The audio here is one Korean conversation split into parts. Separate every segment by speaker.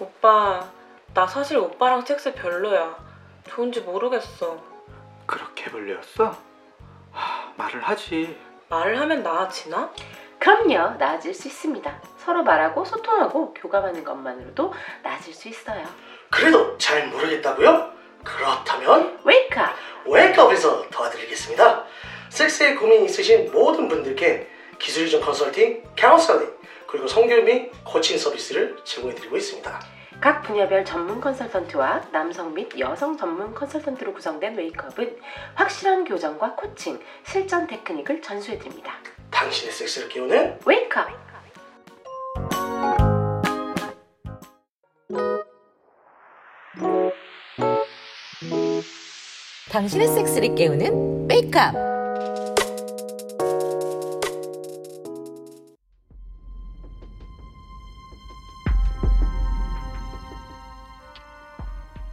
Speaker 1: 오빠, 나 사실 오빠랑 섹스 별로야. 좋은지 모르겠어.
Speaker 2: 그렇게 별로였어? 하, 말을 하지.
Speaker 1: 말을 하면 나아지나?
Speaker 3: 그럼요, 나아질 수 있습니다. 서로 말하고 소통하고 교감하는 것만으로도 나아질 수 있어요.
Speaker 4: 그래도 잘 모르겠다고요? 그렇다면
Speaker 3: 웨이크업!
Speaker 4: 웨이크업에서 도와드리겠습니다. 섹스에 고민 있으신 모든 분들께 기술이전 컨설팅, 카운슬링, 그리고 성교육 및 코칭 서비스를 제공해드리고 있습니다.
Speaker 3: 각 분야별 전문 컨설턴트와 남성 및 여성 전문 컨설턴트로 구성된 웨이크업은 확실한 교정과 코칭, 실전 테크닉을 전수해드립니다.
Speaker 4: 당신의 섹스를 깨우는
Speaker 3: 웨이크업!
Speaker 5: 당신의 섹스를 깨우는 메이크업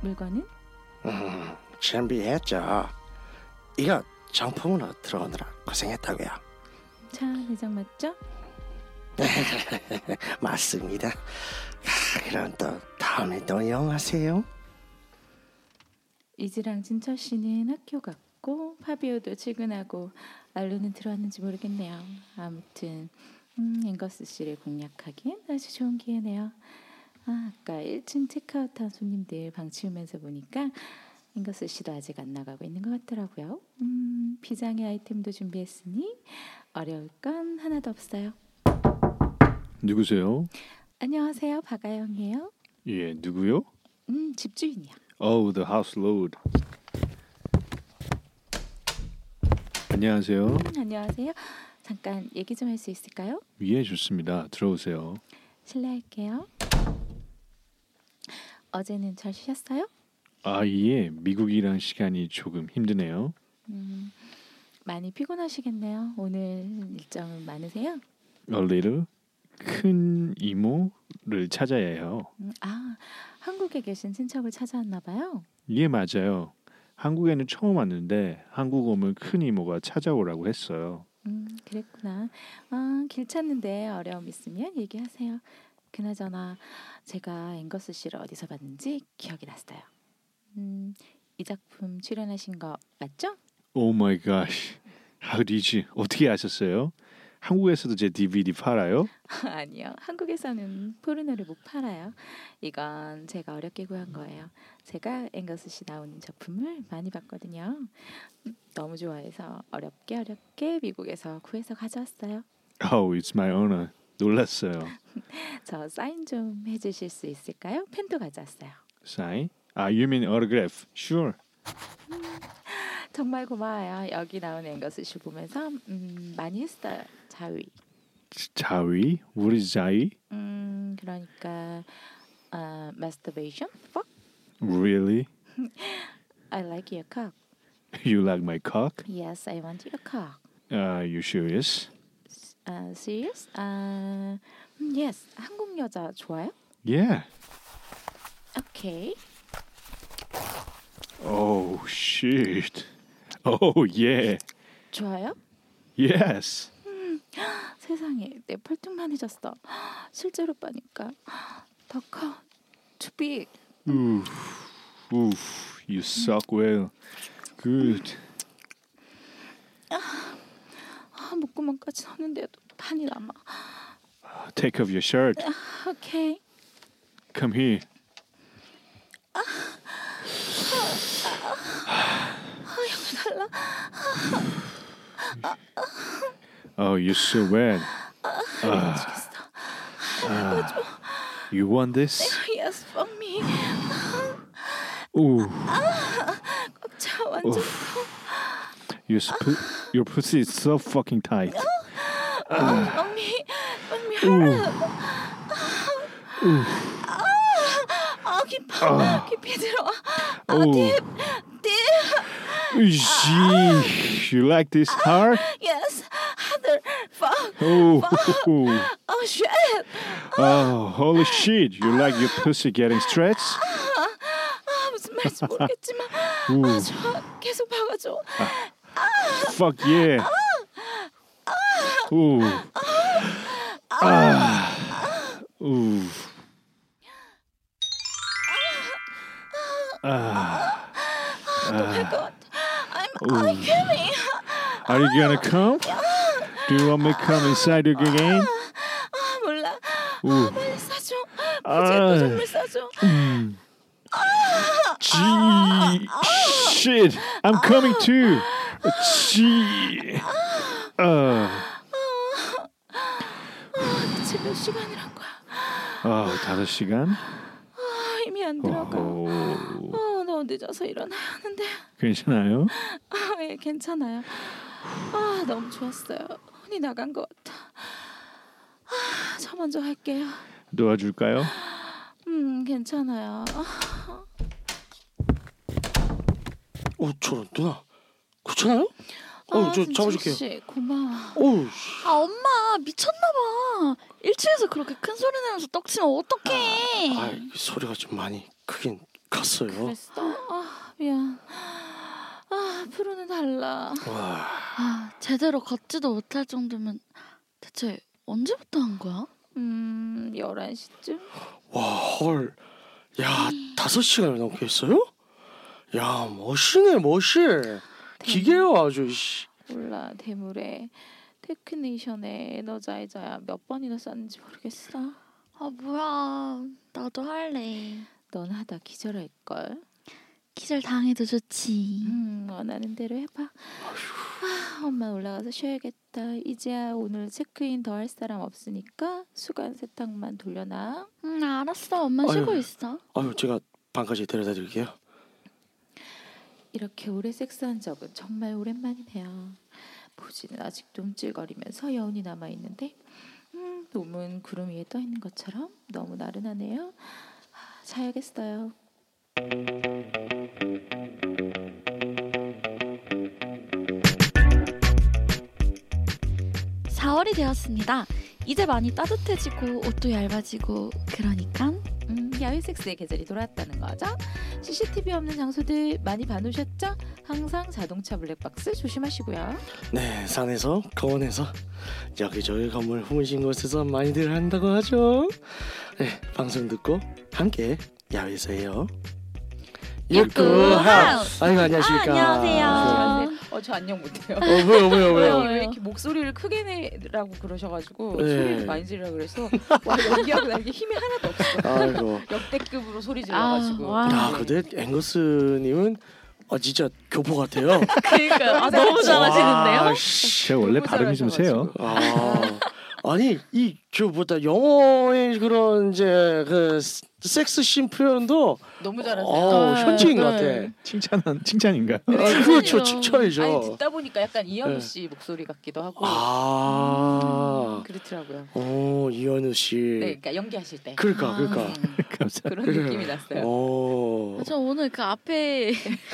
Speaker 6: 물건은
Speaker 4: 음, 준비했죠. 이거 정품으로 들어오느라 고생했다고요.
Speaker 6: 차 내장 맞죠?
Speaker 4: 네, 맞습니다. 아, 그럼 또 다음에 또 영하세요.
Speaker 6: 이지랑 진철 씨는 학교 갔고 파비오도 출근하고 알루는 들어왔는지 모르겠네요. 아무튼 음, 앵거스 씨를 공략하기엔 아주 좋은 기회네요. 아, 아까 1층 체크아웃한 손님들 방 치우면서 보니까 앵거스 씨도 아직 안 나가고 있는 것 같더라고요. 음, 비장의 아이템도 준비했으니 어려울 건 하나도 없어요.
Speaker 7: 누구세요?
Speaker 6: 안녕하세요, 박아영이에요.
Speaker 7: 예, 누구요?
Speaker 6: 음, 집주인이요.
Speaker 7: Oh, the house load. 안녕하세요.
Speaker 6: 음, 안녕하세요. 잠깐 얘기 좀 할 수 있을까요?
Speaker 7: 예, 좋습니다. 들어오세요.
Speaker 6: 실례할게요. 어제는 잘 쉬셨어요?
Speaker 7: 아, 예. 미국이랑 시간이 조금 힘드네요.
Speaker 6: 음, 많이 피곤하시겠네요. 오늘 일정은 많으세요?
Speaker 7: A little. 큰 이모를 찾아야 해요.
Speaker 6: 음, 아, 한국에 계신 친척을 찾아왔나 봐요.
Speaker 7: 예, 맞아요. 한국에는 처음 왔는데 한국 오면 큰 이모가 찾아오라고 했어요.
Speaker 6: 음, 그랬구나. 아, 길 찾는데 어려움 있으면 얘기하세요. 그나저나 제가 앵거스 씨를 어디서 봤는지 기억이 났어요. 음, 이 작품 출연하신 거 맞죠?
Speaker 7: Oh my gosh. How did you? 어떻게 아셨어요? 한국에서도 제 DVD 팔아요?
Speaker 6: 아니요. 한국에서는 포르노를 못 팔아요. 이건 제가 어렵게 구한 거예요. 제가 앵거스 씨 나오는 작품을 많이 봤거든요. 음, 너무 좋아해서 어렵게 어렵게 미국에서 구해서 가져왔어요.
Speaker 7: Oh, it's my honor. uh, 놀랐어요.
Speaker 6: 저 사인 좀 해주실 수 있을까요? 펜도 가져왔어요.
Speaker 7: Sign? Ah, you mean autograph? Sure.
Speaker 6: 정말 고마워요. 여기 나오는 앵거스 씨 보면서 음, 많이 했어요. 자위.
Speaker 7: 자위? What is 자위?
Speaker 6: 음 그러니까 아, masturbation. Fuck.
Speaker 7: Really?
Speaker 6: I like your cock.
Speaker 7: You like my cock?
Speaker 6: Yes, I want your cock.
Speaker 7: Are you serious?
Speaker 6: 아, serious? 아, 음, yes. 한국 여자 좋아요?
Speaker 7: Yeah.
Speaker 6: 오케이.
Speaker 7: Oh shit. Oh yeah.
Speaker 6: 좋아요?
Speaker 7: Yes.
Speaker 6: 세상에 내 팔뚝만 해졌어. 실제로 빠니까 더 커. 투비.
Speaker 7: Oof. Oof. You suck well. Good.
Speaker 6: 아, 목구멍까지 서는데도 반이 남아.
Speaker 7: Take off your shirt.
Speaker 6: 오케이.
Speaker 7: Come here. Oh, you're so wet.
Speaker 6: 미치겠어.
Speaker 7: You want this?
Speaker 6: Yes, for me.
Speaker 7: Ooh.
Speaker 6: 자, 완전
Speaker 7: Oof. Your, sp- your pussy is so fucking tight.
Speaker 6: 언니, 언니 하라. 아, 깊어, 깊이 들어와. 아,
Speaker 7: Oh.
Speaker 6: 네,
Speaker 7: Gee, you like this hard?
Speaker 6: yes, 하들, fuck,
Speaker 7: Oh,
Speaker 6: oh shit.
Speaker 7: oh, holy shit! You like your pussy getting stretched?
Speaker 6: 아, 무슨 말인지 모르겠지만, 아,
Speaker 4: 음.
Speaker 7: Ooh,
Speaker 6: 좋아, 계속 박아줘.
Speaker 7: fuck yeah! Ooh, ah, ooh. Ah,
Speaker 6: 아,
Speaker 7: I can't. Are you gonna come? Do you want me to come inside your
Speaker 6: 아
Speaker 7: again?
Speaker 6: 몰라.
Speaker 7: Ooh.
Speaker 6: 빨리 싸줘.
Speaker 7: 아.
Speaker 6: 어제 선물 싸줘.
Speaker 7: Gee, shit! I'm coming too. Gee. Uh,
Speaker 6: 대체 몇 시간을 한 거야?
Speaker 7: 아 다섯 시간.
Speaker 6: 아, 이미 안 들어가.
Speaker 7: 오,
Speaker 6: 어, 너 늦어서 일어나야 하는데.
Speaker 7: 괜찮아요?
Speaker 6: 아, 예, 괜찮아요. 아, 너무 좋았어요. 혼이 나간 것 같아. 아, 저 먼저 할게요.
Speaker 7: 도와줄까요?
Speaker 6: 음, 괜찮아요. 아,
Speaker 4: 어, 저런 누나. 괜찮아요? 어, 저
Speaker 6: 진철
Speaker 4: 잡아줄게요.
Speaker 6: 씨, 고마워.
Speaker 4: 어우,
Speaker 8: 아 엄마 미쳤나봐 1층에서 그렇게 큰 소리 내면서 떡치면 어떡해
Speaker 4: 아, 소리가 좀 많이 크긴 컸어요.
Speaker 6: 네. 그랬어? 아, 미안. 아, 프로는 달라.
Speaker 4: 와,
Speaker 8: 아 제대로 걷지도 못할 정도면 대체 언제부터 한 거야?
Speaker 6: 음, 11시쯤?
Speaker 4: 와, 헐. 야, 다섯 시간을 넘게 했어요? 야, 멋이네, 멋이. 기계요, 아주. 씨.
Speaker 6: 몰라, 대물에. 테크니션에 에너자이자야 몇 번이나 쐈는지 모르겠어.
Speaker 8: 아 뭐야 나도 할래
Speaker 6: 넌 하다 기절할걸.
Speaker 8: 기절 당해도 좋지
Speaker 6: 음, 원하는 대로 해봐. 아, 엄마 올라가서 쉬어야겠다. 이제야 오늘 체크인 더 할 사람 없으니까 수건 세탁만 돌려놔.
Speaker 8: 응 알았어 엄마
Speaker 4: 아유.
Speaker 8: 쉬고 있어
Speaker 4: 아유, 제가 방까지 데려다 드릴게요.
Speaker 6: 이렇게 오래 섹스한 적은 정말 오랜만이네요. 보지는 아직 움찔거리면서 여운이 남아 있는데, 음, 놈은 구름 위에 떠 있는 것처럼 너무 나른하네요. 아, 자야겠어요.
Speaker 8: 사 4월이 되었습니다 이제 많이 따뜻해지고 옷도 얇아지고 그러니까
Speaker 6: 음, 야외 섹스의 계절이 돌아왔다는 거죠. CCTV 없는 장소들 많이 봐놓으셨죠? 항상 자동차 블랙박스 조심하시고요.
Speaker 4: 네, 산에서, 공원에서, 여기저기 건물 후문신 곳에서 많이들 한다고 하죠. 네, 방송 듣고 함께 야외에서 해요.
Speaker 8: 유쿠하우스.
Speaker 4: 아이고, 안녕하십니까.
Speaker 8: 안녕하세요. 네.
Speaker 6: 네. 어, 저 안녕 못해요.
Speaker 4: 어, 왜요, 아. 왜요, 왜요?
Speaker 8: 왜요?
Speaker 6: 왜 이렇게 목소리를 크게 내라고 그러셔가지고
Speaker 4: 네.
Speaker 6: 소리를 많이 지르라 그래서 와 연기하고 나게 힘이 하나도 없어.
Speaker 4: 아이고.
Speaker 6: 역대급으로 소리 질러가지고. 네.
Speaker 8: 와.
Speaker 4: 야, 근데 앵거스님은 아 진짜 교포 같아요.
Speaker 8: 그러니까 아, 너무
Speaker 4: 와,
Speaker 8: 잘하시는데요
Speaker 4: 씨.
Speaker 7: 제가 원래 발음이 좀 세요.
Speaker 4: 아, 아니 이저 뭐다 영어의 그런 이제 그 스- 섹스씬 표현도
Speaker 6: 너무
Speaker 4: 어,
Speaker 8: 네,
Speaker 4: 현지인
Speaker 8: 네.
Speaker 4: 것 같아.
Speaker 7: 칭찬한 칭찬인가요?
Speaker 4: 아, 그렇죠,
Speaker 8: 칭찬이죠.
Speaker 6: 아니
Speaker 4: 칭찬이죠.
Speaker 6: 듣다 보니까 약간 이현우
Speaker 4: 네.
Speaker 6: 씨 목소리 같기도 하고
Speaker 4: 아,
Speaker 6: 그렇더라고요.
Speaker 4: 어 이현우 씨.
Speaker 6: 음. 네, 그러니까 연기하실 때
Speaker 4: 그러니까, 그러니까.
Speaker 6: 음,
Speaker 7: 감사합니다.
Speaker 6: 그런
Speaker 4: 그래요.
Speaker 6: 느낌이 났어요.
Speaker 4: 어.
Speaker 8: 저 오늘 그 앞에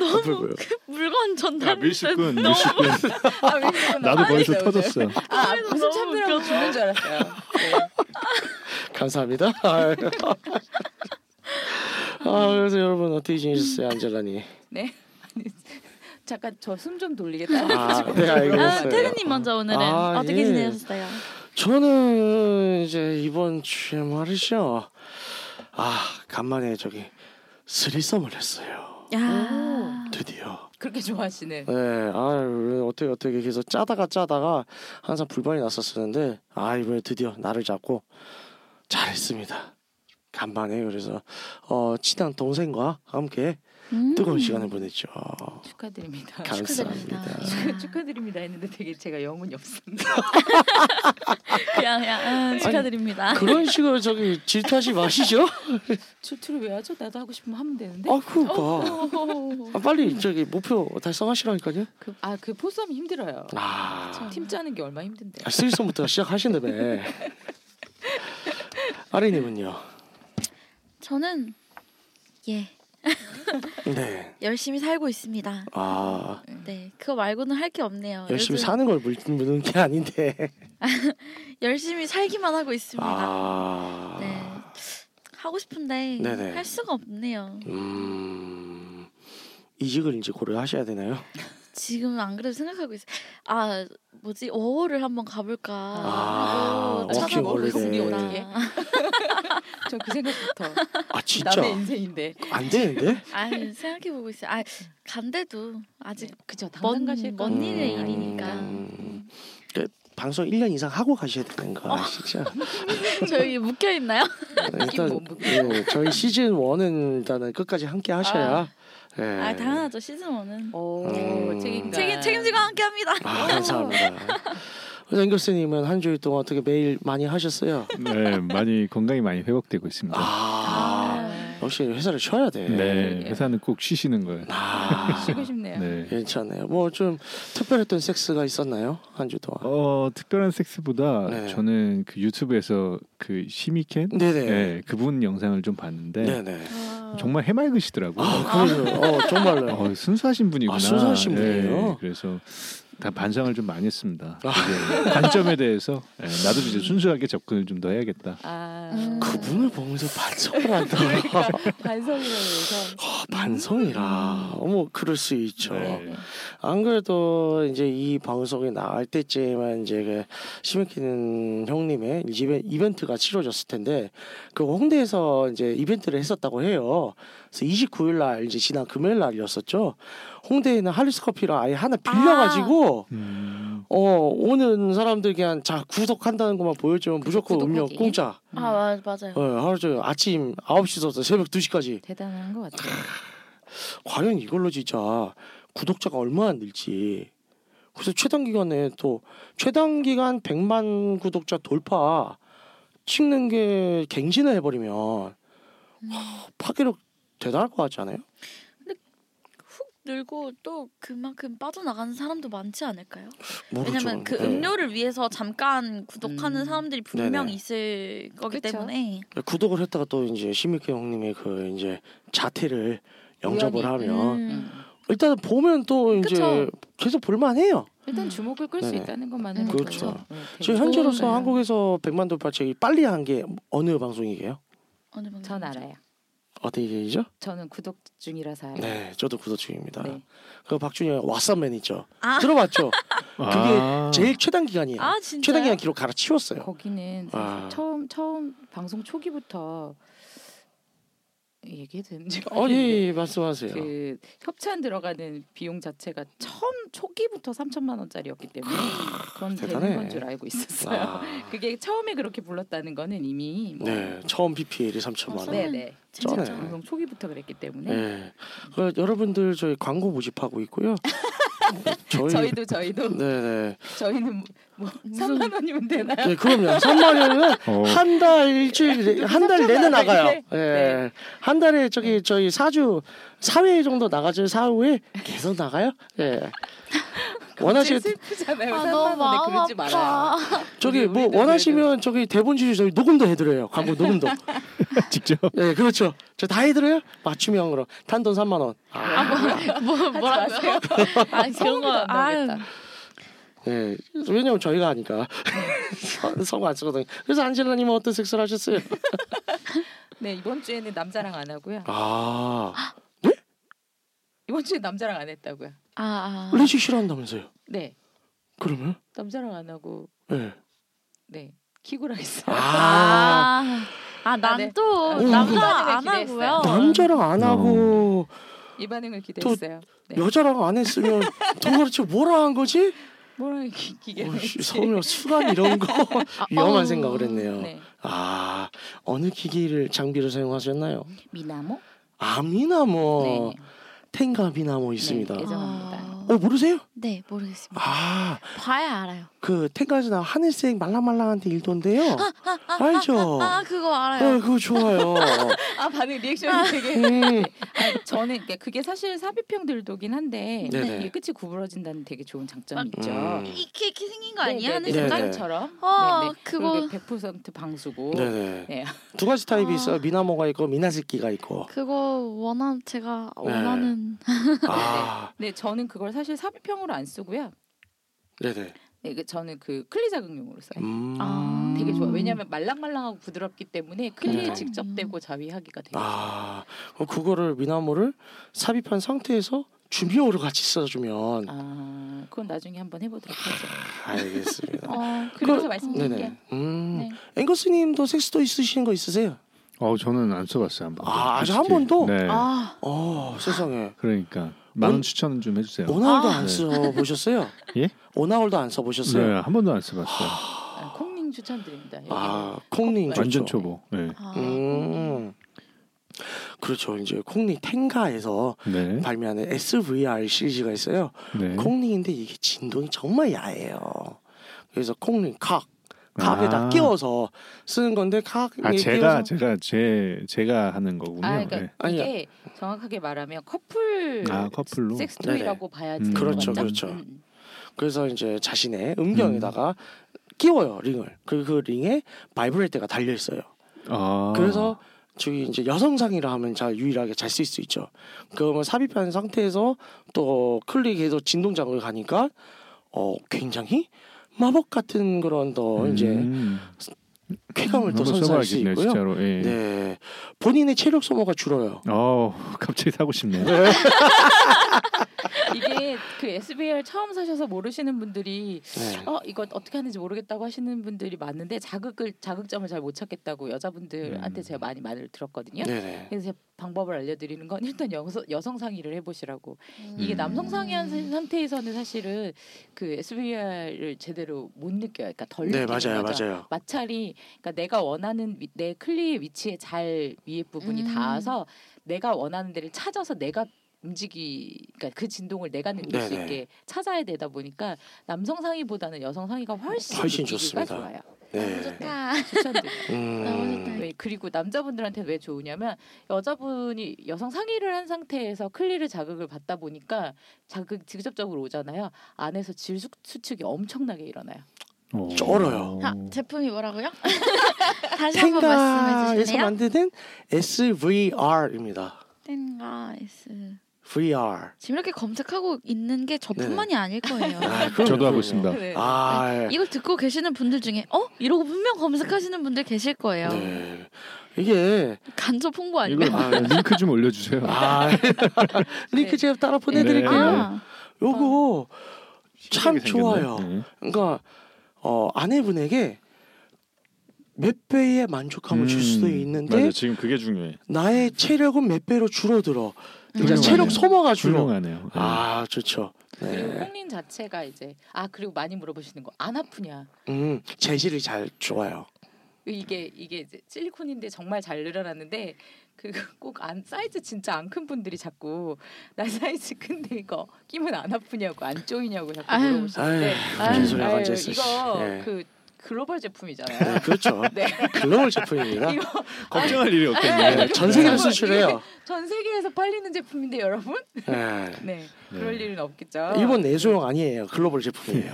Speaker 4: 아, 뭐야.
Speaker 8: 물건
Speaker 7: 아,
Speaker 8: 전달
Speaker 7: 밀식군 밀식군
Speaker 6: 아, 왜냐면
Speaker 7: 나도 거기서
Speaker 6: 화났어요, 오늘.
Speaker 7: 터졌어.
Speaker 6: 아, 무슨 참느라고 죽는 줄 알았어요. 네.
Speaker 4: 감사합니다. 아유. 아, 그래서 여러분 어떻게 지내셨어요, 안젤라니?
Speaker 6: 네. 아니, 잠깐 저 숨 좀 돌리겠다.
Speaker 4: 아, 네,
Speaker 8: 아,
Speaker 4: 알겠어요.
Speaker 8: 테드님 먼저 오늘은
Speaker 4: 아,
Speaker 8: 어떻게
Speaker 4: 예.
Speaker 8: 지내셨어요?
Speaker 4: 저는 이제 이번 주에 말이죠. 아 간만에 저기 스리썸을 했어요.
Speaker 8: 야.
Speaker 4: 드디어.
Speaker 6: 그렇게 좋아하시네.
Speaker 4: 네, 아 어떻게 어떻게 계속 짜다가 짜다가 항상 불만이 났었었는데 아 이번에 드디어 나를 잡고 잘했습니다. 간만에 그래서 어 친한 동생과 함께
Speaker 8: 음.
Speaker 4: 뜨거운 시간을 보냈죠.
Speaker 6: 축하드립니다.
Speaker 4: 감사합니다.
Speaker 8: 축하드립니다.
Speaker 6: 축하드립니다 했는데 되게 제가 영혼이 없습니다.
Speaker 8: 그냥 그냥 아, 축하드립니다.
Speaker 4: 그런 식으로 저기 질투하지 마시죠.
Speaker 6: 질투를 왜 하죠? 나도 하고 싶으면 하면 되는데.
Speaker 4: 아 그거 봐. 아, 빨리 저기 목표 달성하시라니까요.
Speaker 6: 그, 아, 그 포스하면 힘들어요.
Speaker 4: 아.
Speaker 6: 팀 짜는 게 얼마 힘든데.
Speaker 4: 아, 스리썸부터 시작하신다며. 아리님은요?
Speaker 8: 저는 예
Speaker 4: 네.
Speaker 8: 열심히 살고 있습니다.
Speaker 4: 아
Speaker 8: 네 그거 말고는 할 게 없네요.
Speaker 4: 열심히
Speaker 8: 요즘
Speaker 4: 사는 걸 물- 묻는 게 아닌데.
Speaker 8: 열심히 살기만 하고 있습니다.
Speaker 4: 아.
Speaker 8: 네 하고 싶은데
Speaker 4: 네네.
Speaker 8: 할 수가 없네요.
Speaker 4: 음 이직을 이제 고려하셔야 되나요?
Speaker 8: 지금 안 그래도 생각하고 있어요. 아 뭐지 워홀을 한번 가볼까
Speaker 4: 아,
Speaker 8: 하고
Speaker 4: 워킹
Speaker 8: 찾아보고
Speaker 4: 홀리데이.
Speaker 8: 있습니다.
Speaker 6: 우리 어디에? 저 그 생각부터
Speaker 4: 아 진짜
Speaker 6: 남의 인생인데.
Speaker 4: 안 되는데?
Speaker 8: 아니 생각해 보고 있어요. 아 간대도 아직
Speaker 6: 그죠. 당장
Speaker 8: 먼,
Speaker 6: 가실 거.
Speaker 8: 먼 일의
Speaker 4: 음.
Speaker 8: 일이니까
Speaker 4: 그 방송 1년 이상 하고 가셔야 되는가
Speaker 8: 어.
Speaker 4: 진짜. 네.
Speaker 8: 저 여기 묶여 있나요?
Speaker 4: 일단
Speaker 6: 못
Speaker 4: 예, 저희 시즌 1은 일단은 끝까지 함께 하셔야. 예.
Speaker 8: 아 당연하죠 시즌 1은
Speaker 6: 오,
Speaker 4: 음.
Speaker 6: 어, 책임감.
Speaker 8: 책임 책임지고 함께합니다.
Speaker 4: 아, 감사합니다. 그래서 앵글스님은 한 주일 동안 어떻게 매일 많이 하셨어요?
Speaker 7: 네, 많이 건강이 많이 회복되고 있습니다.
Speaker 4: 아, 역시 회사를 쉬어야 돼.
Speaker 7: 네, 회사는 꼭 쉬시는 거예요.
Speaker 4: 아,
Speaker 6: 쉬고 싶네요.
Speaker 7: 네.
Speaker 4: 괜찮네요. 뭐 좀 특별했던 섹스가 있었나요? 한 주 동안?
Speaker 7: 어 특별한 섹스보다
Speaker 4: 네.
Speaker 7: 저는 그 유튜브에서 그 시미켄
Speaker 4: 네네.
Speaker 7: 네, 그분 영상을 좀 봤는데
Speaker 4: 네네.
Speaker 8: 아,
Speaker 7: 정말 해맑으시더라고요.
Speaker 4: 아, 그래요. 어, 정말로요.
Speaker 7: 어, 순수하신 분이구나. 예,
Speaker 4: 아, 순수하신 분이에요?
Speaker 7: 그래서 다 반성을 좀 많이 했습니다. 이제 관점에 대해서 예, 나도 이제 순수하게 접근을 좀 더 해야겠다.
Speaker 6: 아,
Speaker 4: 그분을 보면서 반성을 한다.
Speaker 6: 그러니까 반성이라고 해서
Speaker 4: 아, 반성이라. 어머, 그럴 수 있죠.
Speaker 7: 네.
Speaker 6: 음.
Speaker 4: 안 그래도 이제 이 방송이 나갈 때쯤에 이제 그 시민키는 형님의 이벤- 이벤트가 치러졌을 텐데 그 홍대에서 이제 이벤트를 했었다고 해요. 그래서 29일 날 이제 지난 금요일 날이었었죠. 홍대에 있는 할리스 커피를 아예 하나 빌려가지고
Speaker 7: 음,
Speaker 4: 어 오는 사람들 그냥 자 구독한다는 것만 보여주면 무조건 음료
Speaker 6: 구독하기.
Speaker 4: 공짜.
Speaker 8: 아 맞- 맞아요.
Speaker 4: 어, 하루 종일 아침 9시부터 새벽 2시까지.
Speaker 6: 대단한 것 같아요.
Speaker 4: 과연 이걸로 진짜 구독자가 얼마나 늘지. 그래서 최단 기간에 또 최단 기간 100만 구독자 돌파 찍는 게 갱신을 해버리면
Speaker 8: 음.
Speaker 4: 하, 파괴력 대단할 것 같지 않아요?
Speaker 8: 훅 늘고 또 그만큼 빠져나가는 사람도 많지 않을까요?
Speaker 4: 모르죠.
Speaker 8: 왜냐면 그
Speaker 4: 네.
Speaker 8: 음료를 위해서 잠깐 구독하는
Speaker 6: 음.
Speaker 8: 사람들이 분명
Speaker 4: 네네.
Speaker 8: 있을 거기
Speaker 6: 그쵸.
Speaker 8: 때문에
Speaker 4: 구독을 했다가 또 이제 시미케 형님의 그 이제 자태를 영접을
Speaker 6: 우연히.
Speaker 4: 하면
Speaker 8: 음.
Speaker 4: 일단 보면 또 이제
Speaker 8: 그쵸.
Speaker 4: 계속 볼만해요.
Speaker 6: 일단 주목을 끌 수
Speaker 4: 네네.
Speaker 6: 있다는 네, 것만으로
Speaker 8: 음,
Speaker 4: 그렇죠.
Speaker 6: 저
Speaker 4: 저희 현재로서
Speaker 8: 좋네요.
Speaker 4: 한국에서 100만 돌파책이 빨리 한 게 어느 방송이에요?
Speaker 8: 어느 방송?
Speaker 6: 전 알아요.
Speaker 4: 어떻게 얘기죠?
Speaker 6: 저는 구독 중이라서 알아요.
Speaker 4: 네, 저도 구독 중입니다.
Speaker 6: 네.
Speaker 4: 그 박준영 의 왓썸맨 있죠.
Speaker 8: 아.
Speaker 4: 들어봤죠? 그게
Speaker 7: 아.
Speaker 4: 제일 최단 기간이에요.
Speaker 8: 아 진짜.
Speaker 4: 최단 기간 기록 갈아치웠어요.
Speaker 6: 거기는 사실
Speaker 4: 아.
Speaker 6: 처음 처음 방송 초기부터 얘기해도 되는지
Speaker 4: 어, 예, 예, 말씀하세요.
Speaker 6: 그 협찬 들어가는 비용 자체가 처음 초기부터 3천만 원짜리였기 때문에 그건
Speaker 4: 대단해.
Speaker 6: 되는 건 줄 알고 있었어요.
Speaker 4: 아,
Speaker 6: 그게 처음에 그렇게 불렀다는 거는 이미 뭐-
Speaker 4: 네, 처음 BPL이 3천만 원.
Speaker 8: 네.
Speaker 6: 네네
Speaker 8: 진짜
Speaker 4: 쩌네.
Speaker 6: 방송 초기부터 그랬기 때문에
Speaker 4: 네. 그 여러분들 저희 광고 모집하고 있고요. 저희
Speaker 6: 저희도 저희도
Speaker 4: 네, 네.
Speaker 6: 저희는 뭐, 뭐 3만 원이면 되나요?
Speaker 4: 네, 그럼요. 선마리는
Speaker 7: 어,
Speaker 4: 한 달 일주일 한 달 내내
Speaker 6: 삼천만
Speaker 4: 나가요.
Speaker 6: 원인데.
Speaker 4: 예.
Speaker 6: 네.
Speaker 4: 한 달에 저기 저희 사주 4회 정도 나가죠. 4후에 계속 나가요. 예. 원하시면
Speaker 6: 슬프잖아요.
Speaker 8: 아
Speaker 6: 3만
Speaker 8: 너무
Speaker 6: 원에
Speaker 8: 마음
Speaker 6: 그러지
Speaker 8: 아파.
Speaker 6: 말아요.
Speaker 4: 저기 뭐
Speaker 6: 우리도
Speaker 4: 원하시면 저기 대본지주 저희 녹음도 해드려요. 광고 녹음도.
Speaker 7: 직접
Speaker 4: 예, 그렇죠. 저 다 해드려요. 맞춤형으로 탄돈 3만 원.
Speaker 8: 뭐 뭐라고요? 아 그런
Speaker 6: 성우도
Speaker 8: 거.
Speaker 6: 안 나오겠다.
Speaker 8: 아
Speaker 4: 예, 왜냐면 저희가 하니까 성우 안 쓰거든요. 그래서 안젤라님은 어떤 섹스를 하셨어요?
Speaker 6: 네 이번 주에는 남자랑 안 하고요.
Speaker 4: 아,
Speaker 6: 이번 주에 남자랑 안 했다고요.
Speaker 8: 아.
Speaker 4: 레지 싫어한다면서요?
Speaker 6: 네
Speaker 4: 그러면?
Speaker 6: 남자랑 안 하고
Speaker 4: 예.
Speaker 6: 네 킥으로 했어요.
Speaker 4: 아,
Speaker 8: 아.
Speaker 6: 아, 네.
Speaker 8: 아난또
Speaker 4: 음.
Speaker 8: 남자 안
Speaker 6: 기대했어요.
Speaker 8: 하고요.
Speaker 4: 남자랑 안 하고
Speaker 6: 이 반응을 기대했어요. 네.
Speaker 4: 여자랑 안 했으면 도대체 뭐라 한 거지?
Speaker 6: 뭐라 기- 기계를
Speaker 4: 어이씨, 서울역 수간 이런 거 위험한 생각을 했네요.
Speaker 6: 네.
Speaker 4: 아 어느 기기를 장비를 사용하셨나요?
Speaker 6: 미나모?
Speaker 4: 아미나모, 뭐
Speaker 6: 네.
Speaker 4: 탱가미나모 뭐 있습니다.
Speaker 6: 네, 예정합니다.
Speaker 8: 아,
Speaker 4: 어 모르세요?
Speaker 8: 네 모르겠습니다.
Speaker 4: 아그 그
Speaker 8: 봐야 알아요.
Speaker 4: 탱가에서 나 하늘색 말랑말랑한데 일도인데요. 알죠?
Speaker 8: 아 그거
Speaker 4: 네
Speaker 8: 알아요.
Speaker 4: 그거 좋아요.
Speaker 6: 아 반응 리액션이 되게
Speaker 8: 네.
Speaker 4: 음,
Speaker 6: 아니, 저는 그러니까 그게 사실 삽입형 들도긴 한데
Speaker 4: 네네.
Speaker 6: 이게 끝이 구부러진다는 되게 좋은
Speaker 8: 막-
Speaker 6: 장점이 있죠.
Speaker 4: 음.
Speaker 8: 이렇게 이렇게 생긴 거 아니야 하는
Speaker 4: 네네.
Speaker 8: 생각.
Speaker 6: 장처럼. 네,
Speaker 8: 아, 그거-
Speaker 6: 100% 방수고.
Speaker 4: 네네.
Speaker 6: 네.
Speaker 4: 두 가지 타입이
Speaker 8: 아.
Speaker 4: 있어요. 미나모가 있고 미나즈키가 있고.
Speaker 8: 그거 원한
Speaker 4: 네.
Speaker 8: 제가 원하는
Speaker 4: 아
Speaker 6: 네, 저는 그걸 사실 삽입형으로 안 쓰고요.
Speaker 4: 네네.
Speaker 6: 네, 그- 저는 그 클리 자극용으로 써요.
Speaker 4: 음.
Speaker 8: 아.
Speaker 6: 되게 좋아. 요 왜냐하면 말랑말랑하고 부드럽기 때문에 클리에
Speaker 4: 네.
Speaker 6: 직접 대고 자위하기가
Speaker 8: 예.
Speaker 6: 되게 좋아요.
Speaker 4: 아, 그럼 그거를 미나모를 삽입한 상태에서 준비용으로 같이 써주면
Speaker 6: 아, 그건 나중에 한번 해보도록 하죠.
Speaker 4: 알겠습니다.
Speaker 8: 어, 예.
Speaker 6: 그래서
Speaker 4: 네네.
Speaker 6: 말씀드릴게요.
Speaker 4: 음,
Speaker 8: 네.
Speaker 4: 앵거스님도 섹스도 있으신 거 있으세요?
Speaker 7: 어 저는 안 써봤어요 한 번도.
Speaker 4: 아, 아직
Speaker 7: 솔직히.
Speaker 4: 한 번도?
Speaker 7: 네.
Speaker 8: 아,
Speaker 4: 어 세상에
Speaker 7: 그러니까 많은
Speaker 4: 온-
Speaker 7: 추천은 좀 해주세요.
Speaker 4: 오나홀도
Speaker 8: 아.
Speaker 4: 안 써보셨어요?
Speaker 7: 네. 예?
Speaker 4: 오나홀도 안 써보셨어요?
Speaker 7: 네, 한 번도 안 써봤어요.
Speaker 6: 아, 콩님 추천드립니다. 여기.
Speaker 4: 아 콩님
Speaker 7: 완전
Speaker 4: 좋죠.
Speaker 7: 초보. 네.
Speaker 8: 아.
Speaker 4: 음 그렇죠 이제 콩니 탱가에서
Speaker 7: 네.
Speaker 4: 발매하는 SVR 시리즈가 있어요.
Speaker 7: 네.
Speaker 4: 콩니인데 이게 진동이 정말 야해요. 그래서 콩니 칵 칵에다 끼워서 쓰는 건데 칵에
Speaker 7: 아
Speaker 4: 끼워서
Speaker 7: 제가 제가 제 제가 하는 거군요.
Speaker 6: 아, 그러니까
Speaker 7: 네.
Speaker 4: 아니,
Speaker 6: 이게 정확하게 말하면 커플
Speaker 7: 아, 커플로?
Speaker 6: 섹스토이라고 봐야지.
Speaker 7: 음.
Speaker 6: 되는
Speaker 7: 그렇죠,
Speaker 6: 거죠?
Speaker 4: 그렇죠.
Speaker 6: 음.
Speaker 4: 그래서 이제 자신의 음경에다가 끼워요 링을. 그리고 그 링에 바이브레이트가 달려 있어요.
Speaker 7: 아.
Speaker 4: 그래서 저기 이제 여성상이라 하면 잘 유일하게 잘 쓸 수 있죠. 그러면 삽입한 상태에서 또 클릭해서 진동작을 가니까 어 굉장히 마법 같은 그런 더 이제
Speaker 7: 음.
Speaker 4: 쾌감을 또
Speaker 7: 한번
Speaker 4: 선사할 수
Speaker 7: 써봐야겠네요,
Speaker 4: 있고요.
Speaker 7: 진짜로. 예.
Speaker 4: 네, 본인의 체력 소모가 줄어요.
Speaker 7: 어 갑자기 사고 싶네요.
Speaker 6: 이게 그 SBL 처음 사셔서 모르시는 분들이
Speaker 4: 네.
Speaker 6: 어 이거 어떻게 하는지 모르겠다고 하시는 분들이 많은데 자극을 자극점을 잘 못 찾겠다고 여자분들한테
Speaker 7: 음.
Speaker 6: 제가 많이 말을 들었거든요.
Speaker 4: 네네.
Speaker 6: 그래서 제가 방법을 알려드리는 건 일단 여성 여성 상의를 해보시라고 이게
Speaker 7: 음.
Speaker 6: 남성 상의한 사- 상태에서는 사실은 그 SVR을 제대로 못 느껴요. 그러니까 덜
Speaker 4: 네
Speaker 6: 느끼는
Speaker 4: 맞아요
Speaker 6: 거죠.
Speaker 4: 맞아요.
Speaker 6: 마찰이 그러니까 내가 원하는 위- 내 클리의 위치에 잘 위에 부분이
Speaker 8: 음.
Speaker 6: 닿아서 내가 원하는 데를 찾아서 내가 움직이 그러니까 그 진동을 내가 느낄 수
Speaker 4: 네네.
Speaker 6: 있게 찾아야 되다 보니까 남성 상의보다는 여성 상의가 훨씬
Speaker 4: 훨씬
Speaker 6: 느끼기가
Speaker 4: 좋습니다.
Speaker 6: 좋아요.
Speaker 8: 너무
Speaker 4: 네.
Speaker 8: 좋다.
Speaker 6: 추천드립니다.
Speaker 8: 너무
Speaker 4: 음.
Speaker 8: 좋다.
Speaker 6: 왜 그리고 남자분들한테 왜 좋으냐면 여자분이 여성 상의를 한 상태에서 클리를 자극을 받다 보니까 자극 직접적으로 오잖아요. 안에서 질 수- 수축이 엄청나게 일어나요.
Speaker 7: 어.
Speaker 4: 쩔어요.
Speaker 8: 아, 제품이 뭐라고요? 다시 한번 말씀해
Speaker 4: 텐가에서
Speaker 8: 주시네요.
Speaker 4: 만드는 SVR입니다.
Speaker 8: 땡가 S.
Speaker 4: VR.
Speaker 8: 지금 이렇게 검색하고 있는 게 저뿐만이 아닐
Speaker 4: 네.
Speaker 8: 거예요. 네.
Speaker 4: 아, 그럼요,
Speaker 7: 저도
Speaker 4: 그럼요.
Speaker 7: 하고 있습니다.
Speaker 4: 아, 예.
Speaker 8: 이걸 듣고 계시는 분들 중에 어 이러고 분명 검색하시는 분들 계실 거예요.
Speaker 4: 네. 이게
Speaker 8: 간접 홍보
Speaker 7: 이거
Speaker 8: 아니면
Speaker 7: 아, 링크 좀 올려주세요.
Speaker 4: 아 링크 제가 따라
Speaker 7: 네.
Speaker 4: 보내드릴게요.
Speaker 8: 아,
Speaker 4: 요거 참
Speaker 7: 신기하게 생겼네.
Speaker 4: 좋아요.
Speaker 7: 네.
Speaker 4: 그러니까 어, 아내분에게 몇 배의 만족감을 줄 수도
Speaker 7: 음,
Speaker 4: 있는데
Speaker 7: 맞아, 지금 그게 중요해.
Speaker 4: 나의 체력은 몇 배로 줄어들어.
Speaker 8: 음.
Speaker 4: 그러니까
Speaker 7: 훌륭하네요.
Speaker 4: 체력 소모가 줄어.
Speaker 7: 훌륭하네요. 네.
Speaker 4: 아 좋죠.
Speaker 6: 그리고
Speaker 4: 네.
Speaker 6: 콩린 자체가 이제 아 그리고 많이 물어보시는 거 안 아프냐
Speaker 4: 음 재질이 잘 좋아요.
Speaker 6: 이게 이게 이제 실리콘인데 정말 잘 늘어났는데 그 꼭 안 사이즈 진짜 안 큰 분들이 자꾸 나 사이즈 큰데 이거 끼면 안 아프냐고 안 쪼이냐고 자꾸
Speaker 8: 아유.
Speaker 6: 물어보시는데
Speaker 4: 아유,
Speaker 8: 무슨
Speaker 4: 소리
Speaker 6: 아유,
Speaker 4: 완전 쓰시-
Speaker 6: 이거
Speaker 4: 예.
Speaker 6: 그 글로벌 제품이잖아요.
Speaker 4: 네, 그렇죠.
Speaker 6: 네.
Speaker 4: 글로벌 제품입니다.
Speaker 6: 이거
Speaker 7: 걱정할 일이
Speaker 6: 네,
Speaker 7: 없겠네요.
Speaker 4: 네, 전 세계로 수출해요.
Speaker 6: 전 세계에서 팔리는 제품인데 여러분?
Speaker 4: 네.
Speaker 6: 네. 그럴 일은 없겠죠.
Speaker 4: 일본 내수용 아니에요. 글로벌 제품이에요.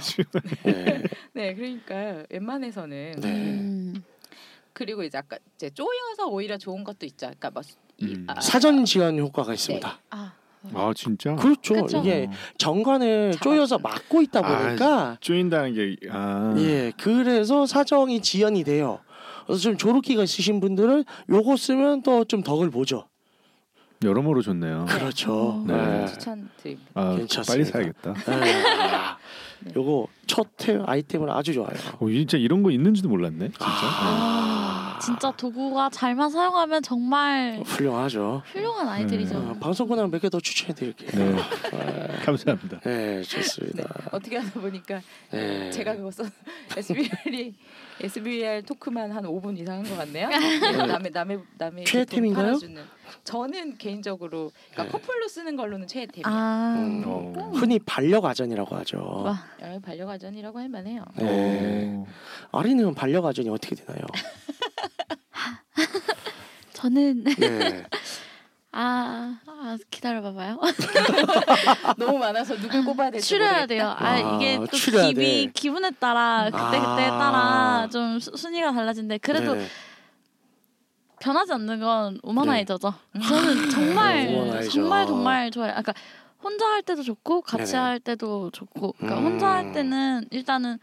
Speaker 4: 네.
Speaker 6: 네, 그러니까 웬만해서는
Speaker 4: 네.
Speaker 8: 음.
Speaker 6: 그리고 이제 아까 이제 쪼여서 오히려 좋은 것도 있죠. 그러니까 막
Speaker 4: 네.
Speaker 6: 이,
Speaker 7: 음.
Speaker 6: 아,
Speaker 4: 사전 지원 효과가 있습니다.
Speaker 8: 아,
Speaker 7: 아 진짜?
Speaker 4: 그렇죠.
Speaker 8: 그쵸.
Speaker 4: 이게
Speaker 7: 어.
Speaker 4: 정관을
Speaker 6: 잡아-
Speaker 4: 쪼여서 막고 있다
Speaker 7: 아,
Speaker 4: 보니까
Speaker 7: 쪼인다는 게 아.
Speaker 4: 예 그래서 사정이 지연이 돼요. 그래서 좀 조르기가 있으신 분들은 요거 쓰면 또 좀 덕을 보죠.
Speaker 7: 여러모로 좋네요.
Speaker 4: 그렇죠.
Speaker 7: 네.
Speaker 4: 네.
Speaker 6: 추천드립니다.
Speaker 7: 아,
Speaker 4: 괜찮습니다.
Speaker 7: 빨리 사야겠다.
Speaker 4: 아, 요거 첫 템, 아이템은 아주 좋아요.
Speaker 7: 오, 진짜 어, 이런 거 있는지도 몰랐네. 진짜.
Speaker 8: 아, 진짜 도구가 잘만
Speaker 4: 네.
Speaker 8: 사용하면 정말
Speaker 4: 훌륭하죠.
Speaker 8: 훌륭한 아이들이죠.
Speaker 4: 어, 방송 끝나면 몇 개 더 추천해 드릴게요.
Speaker 7: 네.
Speaker 4: 네.
Speaker 7: 네. 감사합니다.
Speaker 4: 좋습니다.
Speaker 6: 어떻게 하다 보니까
Speaker 4: 아. 네.
Speaker 6: 제가 그거 써 SBR이 SBR 토크만 한 5분 이상 한 것 같네요. 네, 남의 남의 남의
Speaker 4: 최애템인가요?
Speaker 6: 제품 팔아주는. 저는 개인적으로 그러니까
Speaker 4: 네.
Speaker 6: 커플로 쓰는 걸로는 최애템이에요.
Speaker 8: 아,
Speaker 4: 음,
Speaker 7: 어.
Speaker 4: 흔히 반려가전이라고 하죠.
Speaker 8: 와.
Speaker 6: 어, 반려가전이라고 할 만해요.
Speaker 4: 네.
Speaker 7: 오.
Speaker 4: 아리님은 반려가전이 어떻게 되나요?
Speaker 8: 저는
Speaker 4: 네.
Speaker 8: 아, 아 기다려봐봐요.
Speaker 6: 너무 많아서 누굴 꼽아야 될지
Speaker 8: 추려야 돼요. 아,
Speaker 4: 아,
Speaker 8: 이게 또
Speaker 4: 추려야
Speaker 8: 기비
Speaker 4: 돼.
Speaker 8: 기분에 따라 그때 그때에
Speaker 4: 아.
Speaker 8: 따라 좀 수- 순위가 달라진데 그래도
Speaker 4: 네네.
Speaker 8: 변하지 않는 건
Speaker 4: 네.
Speaker 8: 우먼아이저죠. 저는 정말
Speaker 4: 네, 우먼아이저.
Speaker 8: 정말 정말 좋아요. 아까 혼자 할 때도 좋고 같이
Speaker 4: 네네.
Speaker 8: 할 때도 좋고 그러니까
Speaker 4: 음.
Speaker 8: 혼자 할 때는 일단은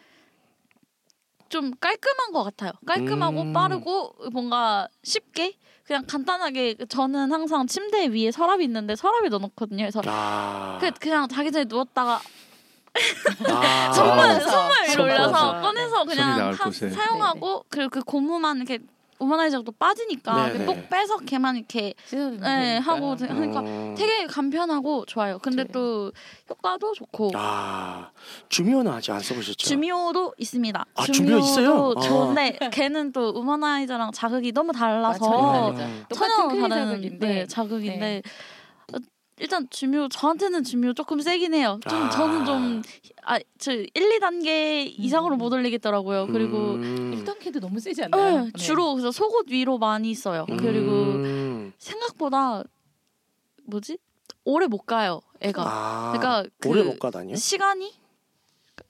Speaker 8: 좀 깔끔한 것 같아요. 깔끔하고
Speaker 4: 음.
Speaker 8: 빠르고 뭔가 쉽게 그냥 간단하게 저는 항상 침대 위에 서랍이 있는데 서랍에 넣어놓거든요. 그래서
Speaker 4: 아.
Speaker 8: 그, 그냥 자기 전에 누웠다가
Speaker 4: 아. 네.
Speaker 8: 정말
Speaker 6: 꺼내서.
Speaker 8: 손만 위로
Speaker 4: 손
Speaker 8: 올려서
Speaker 6: 꺼내서.
Speaker 8: 꺼내서
Speaker 7: 손이
Speaker 8: 그냥
Speaker 7: 닿을
Speaker 8: 타-
Speaker 7: 곳에.
Speaker 8: 사용하고 그리고 그 고무만 이렇게 우마나이저도 빠지니까
Speaker 4: 네, 네네.
Speaker 8: 꼭 빼서 걔만 이렇게
Speaker 6: 씻어주면
Speaker 8: 네,
Speaker 6: 되니까요.
Speaker 8: 하고 하니까
Speaker 4: 음.
Speaker 8: 되게 간편하고 좋아요. 근데 또 효과도 좋고
Speaker 4: 아 주미호는 아직 안 써보셨죠?
Speaker 8: 주미호도 있습니다.
Speaker 4: 아, 주미호 있어요? 아.
Speaker 8: 좋은데 걔는 또 우마나이저랑 자극이 너무
Speaker 6: 맞아요.
Speaker 8: 달라서
Speaker 4: 음.
Speaker 6: 맞아. 똑같은
Speaker 8: 전혀
Speaker 6: 크림
Speaker 8: 다른
Speaker 6: 자극인데
Speaker 8: 네, 자극인데 어, 일단 주미호 저한테는 주미호 조금 세긴 해요. 좀
Speaker 4: 아.
Speaker 8: 저는 좀아저 1, 2단계 이상으로 못 올리겠더라고요. 그리고
Speaker 4: 음.
Speaker 6: 일단 캐도 너무 세지
Speaker 8: 네,
Speaker 6: 않나요? 음. 네.
Speaker 8: 주로 그래서 속옷 위로 많이 써요. 그리고
Speaker 4: 음.
Speaker 8: 생각보다 뭐지 오래 못 가요 애가.
Speaker 4: 아,
Speaker 8: 그러니까 그
Speaker 4: 오래 못 가다니요?
Speaker 8: 시간이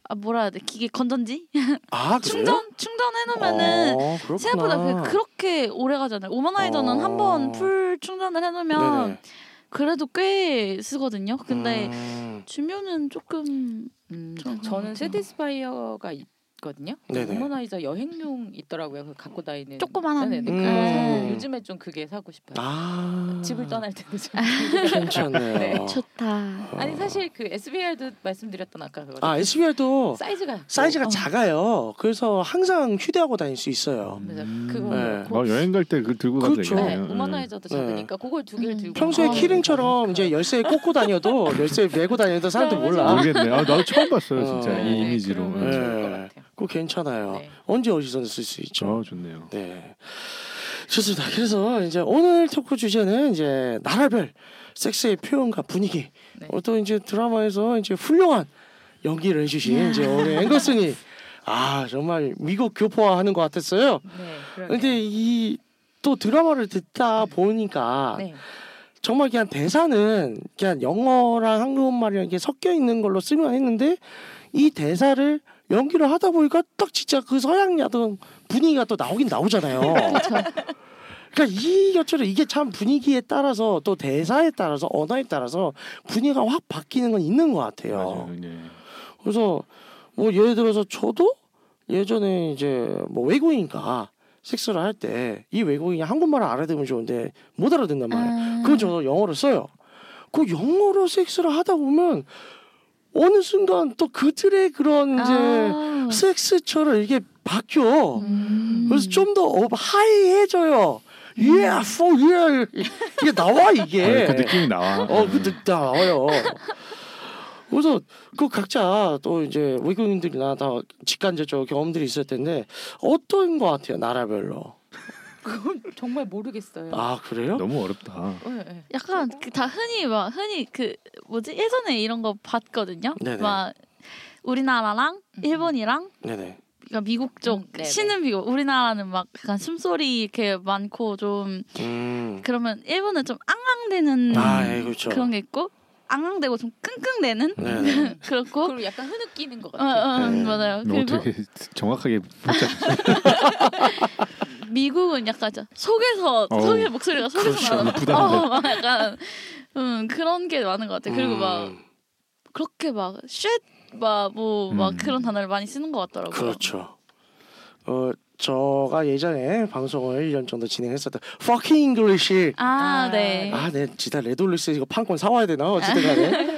Speaker 8: 아 뭐라 해야 돼 기계 건전지
Speaker 4: 아 그래요?
Speaker 8: 충전 충전해 놓으면은
Speaker 4: 어, 그렇구나.
Speaker 8: 생각보다 그- 그렇게 오래 가잖아요. 오마나이더는
Speaker 4: 어.
Speaker 8: 한 번 풀 충전을 해놓으면
Speaker 4: 네네.
Speaker 8: 그래도 꽤 쓰거든요. 근데
Speaker 4: 음.
Speaker 8: 주면은 조금
Speaker 6: 음,
Speaker 8: 좀
Speaker 6: 저는
Speaker 8: 그렇죠.
Speaker 6: 세디스파이어가 있거든요.
Speaker 4: 네네.
Speaker 6: 우머나이저 여행용 있더라고요. 그 갖고 다니는
Speaker 8: 조그만한.
Speaker 6: 네네.
Speaker 4: 음.
Speaker 6: 그래서 요즘에 좀 그게 사고 싶어요.
Speaker 4: 아
Speaker 6: 집을 떠날 때도 좀.
Speaker 4: 괜찮네요.
Speaker 6: 네.
Speaker 8: 좋다.
Speaker 6: 아니 사실 그 SBR도 말씀드렸던 아까 그거.
Speaker 4: 아 SBR도
Speaker 6: 사이즈가
Speaker 4: 사이즈가
Speaker 6: 어,
Speaker 4: 작아요. 그래서 항상 휴대하고 다닐 수 있어요.
Speaker 6: 그래서
Speaker 7: 음.
Speaker 6: 그거
Speaker 4: 네.
Speaker 6: 고-
Speaker 7: 아, 여행 갈 때 그걸 들고 가도
Speaker 4: 그렇죠.
Speaker 6: 네,
Speaker 7: 되겠네요.
Speaker 6: 우머나이저도
Speaker 4: 네.
Speaker 6: 작으니까 그걸 두 개를
Speaker 8: 음.
Speaker 6: 들고.
Speaker 4: 평소에
Speaker 6: 아,
Speaker 4: 키링처럼 이제 열쇠에 꽂고 다녀도 열쇠에 메고 다녀도 사람들 몰라.
Speaker 7: 모르겠네. 아, 나도 처음 봤어요,
Speaker 4: 어.
Speaker 7: 진짜
Speaker 4: 네,
Speaker 7: 이 이미지로.
Speaker 6: 그런
Speaker 4: 네.
Speaker 6: 거
Speaker 7: 네.
Speaker 6: 좋을 것 같아요.
Speaker 4: 그거 괜찮아요.
Speaker 6: 네.
Speaker 4: 언제 어디서든 쓸 수 있죠.
Speaker 7: 아, 좋네요.
Speaker 4: 네. 좋습니다. 그래서 이제 오늘 토크 주제는 이제 나라별 섹스의 표현과 분위기
Speaker 6: 네.
Speaker 4: 어떤 이제 드라마에서 이제 훌륭한 연기를 해주신 이제 오늘 앵거슨이 아 정말 미국 교포화하는 것 같았어요.
Speaker 6: 네. 그러네요.
Speaker 4: 근데 이 또 드라마를 듣다 보니까
Speaker 6: 네.
Speaker 4: 정말 그냥 대사는 그냥 영어랑 한국말이랑 이게 섞여 있는 걸로 쓰면 했는데 이 대사를 연기를 하다 보니까 딱 진짜 그 서양 야동 분위기가 또 나오긴 나오잖아요. 그러니까 이 여처럼 이게 참 분위기에 따라서 또 대사에 따라서 언어에 따라서 분위기가 확 바뀌는 건 있는 것 같아요.
Speaker 7: 맞아요. 네.
Speaker 4: 그래서 뭐 예를 들어서 저도 예전에 이제 뭐 외국인과 섹스를 할 때 이 외국인이 한국말을 알아듣으면 좋은데 못 알아듣단 말이에요. 네.
Speaker 8: 음.
Speaker 4: 그건 저도 영어로 써요. 그 영어로 섹스를 하다 보면 어느 순간 또 그들의 그런 이제
Speaker 8: 아. 음.
Speaker 4: 섹스처럼 이게 바뀌어. 그래서 좀 더 하이해져요. Yeah, for real. 이게 나와 이게.
Speaker 7: 아, 그 느낌이 나와.
Speaker 4: 예. 어, 그 느- 나와요. 그래서 그 각자 또 이제 외국인들이나 다 직간접적 경험들이 있을 텐데 어떤 것 같아요 나라별로.
Speaker 6: 그건 정말 모르겠어요.
Speaker 4: 아 그래요?
Speaker 7: 너무 어렵다.
Speaker 6: 네, 네.
Speaker 8: 약간 그 다 흔히 막 흔히 그 뭐지 예전에 이런 거 봤거든요.
Speaker 4: 네네.
Speaker 8: 막 우리나라랑 일본이랑
Speaker 4: 네네.
Speaker 8: 그러니까 미국
Speaker 6: 음,
Speaker 8: 쪽
Speaker 6: 네네.
Speaker 8: 신은 미국 우리나라는 막 약간 숨소리 이렇게 많고 좀
Speaker 4: 음.
Speaker 8: 그러면 일본은 좀 앙앙대는
Speaker 4: 아, 예, 그렇죠.
Speaker 8: 음. 그런 게 있고 앙앙대고 좀 끙끙대는
Speaker 4: 네네.
Speaker 8: 그렇고
Speaker 6: 그리고 약간 흐느끼는 것
Speaker 8: 어, 어,
Speaker 6: 같아요.
Speaker 8: 어,
Speaker 4: 네.
Speaker 8: 맞아요.
Speaker 7: 너
Speaker 8: 그리고
Speaker 7: 어떻게 정확하게
Speaker 8: 미국은 약간 저 속에서
Speaker 7: 어우,
Speaker 8: 속에 목소리가 속에서
Speaker 7: 그렇죠.
Speaker 8: 나는
Speaker 7: 부담돼.
Speaker 8: 어, 막 약간 음 그런 게 많은 것 같아요. 그리고 막
Speaker 4: 음,
Speaker 8: 그렇게 막 쉣. 막뭐 막
Speaker 7: 음.
Speaker 8: 그런 단어를 많이 쓰는 것 같더라고요.
Speaker 4: 그렇죠. 어 제가 예전에 방송을 1년 정도 진행했었던 Fucking English.
Speaker 8: 아,
Speaker 6: 아,
Speaker 8: 네.
Speaker 4: 아, 네, 지다 레돌리스 이거 판권 사와야 되나 어쨌든간에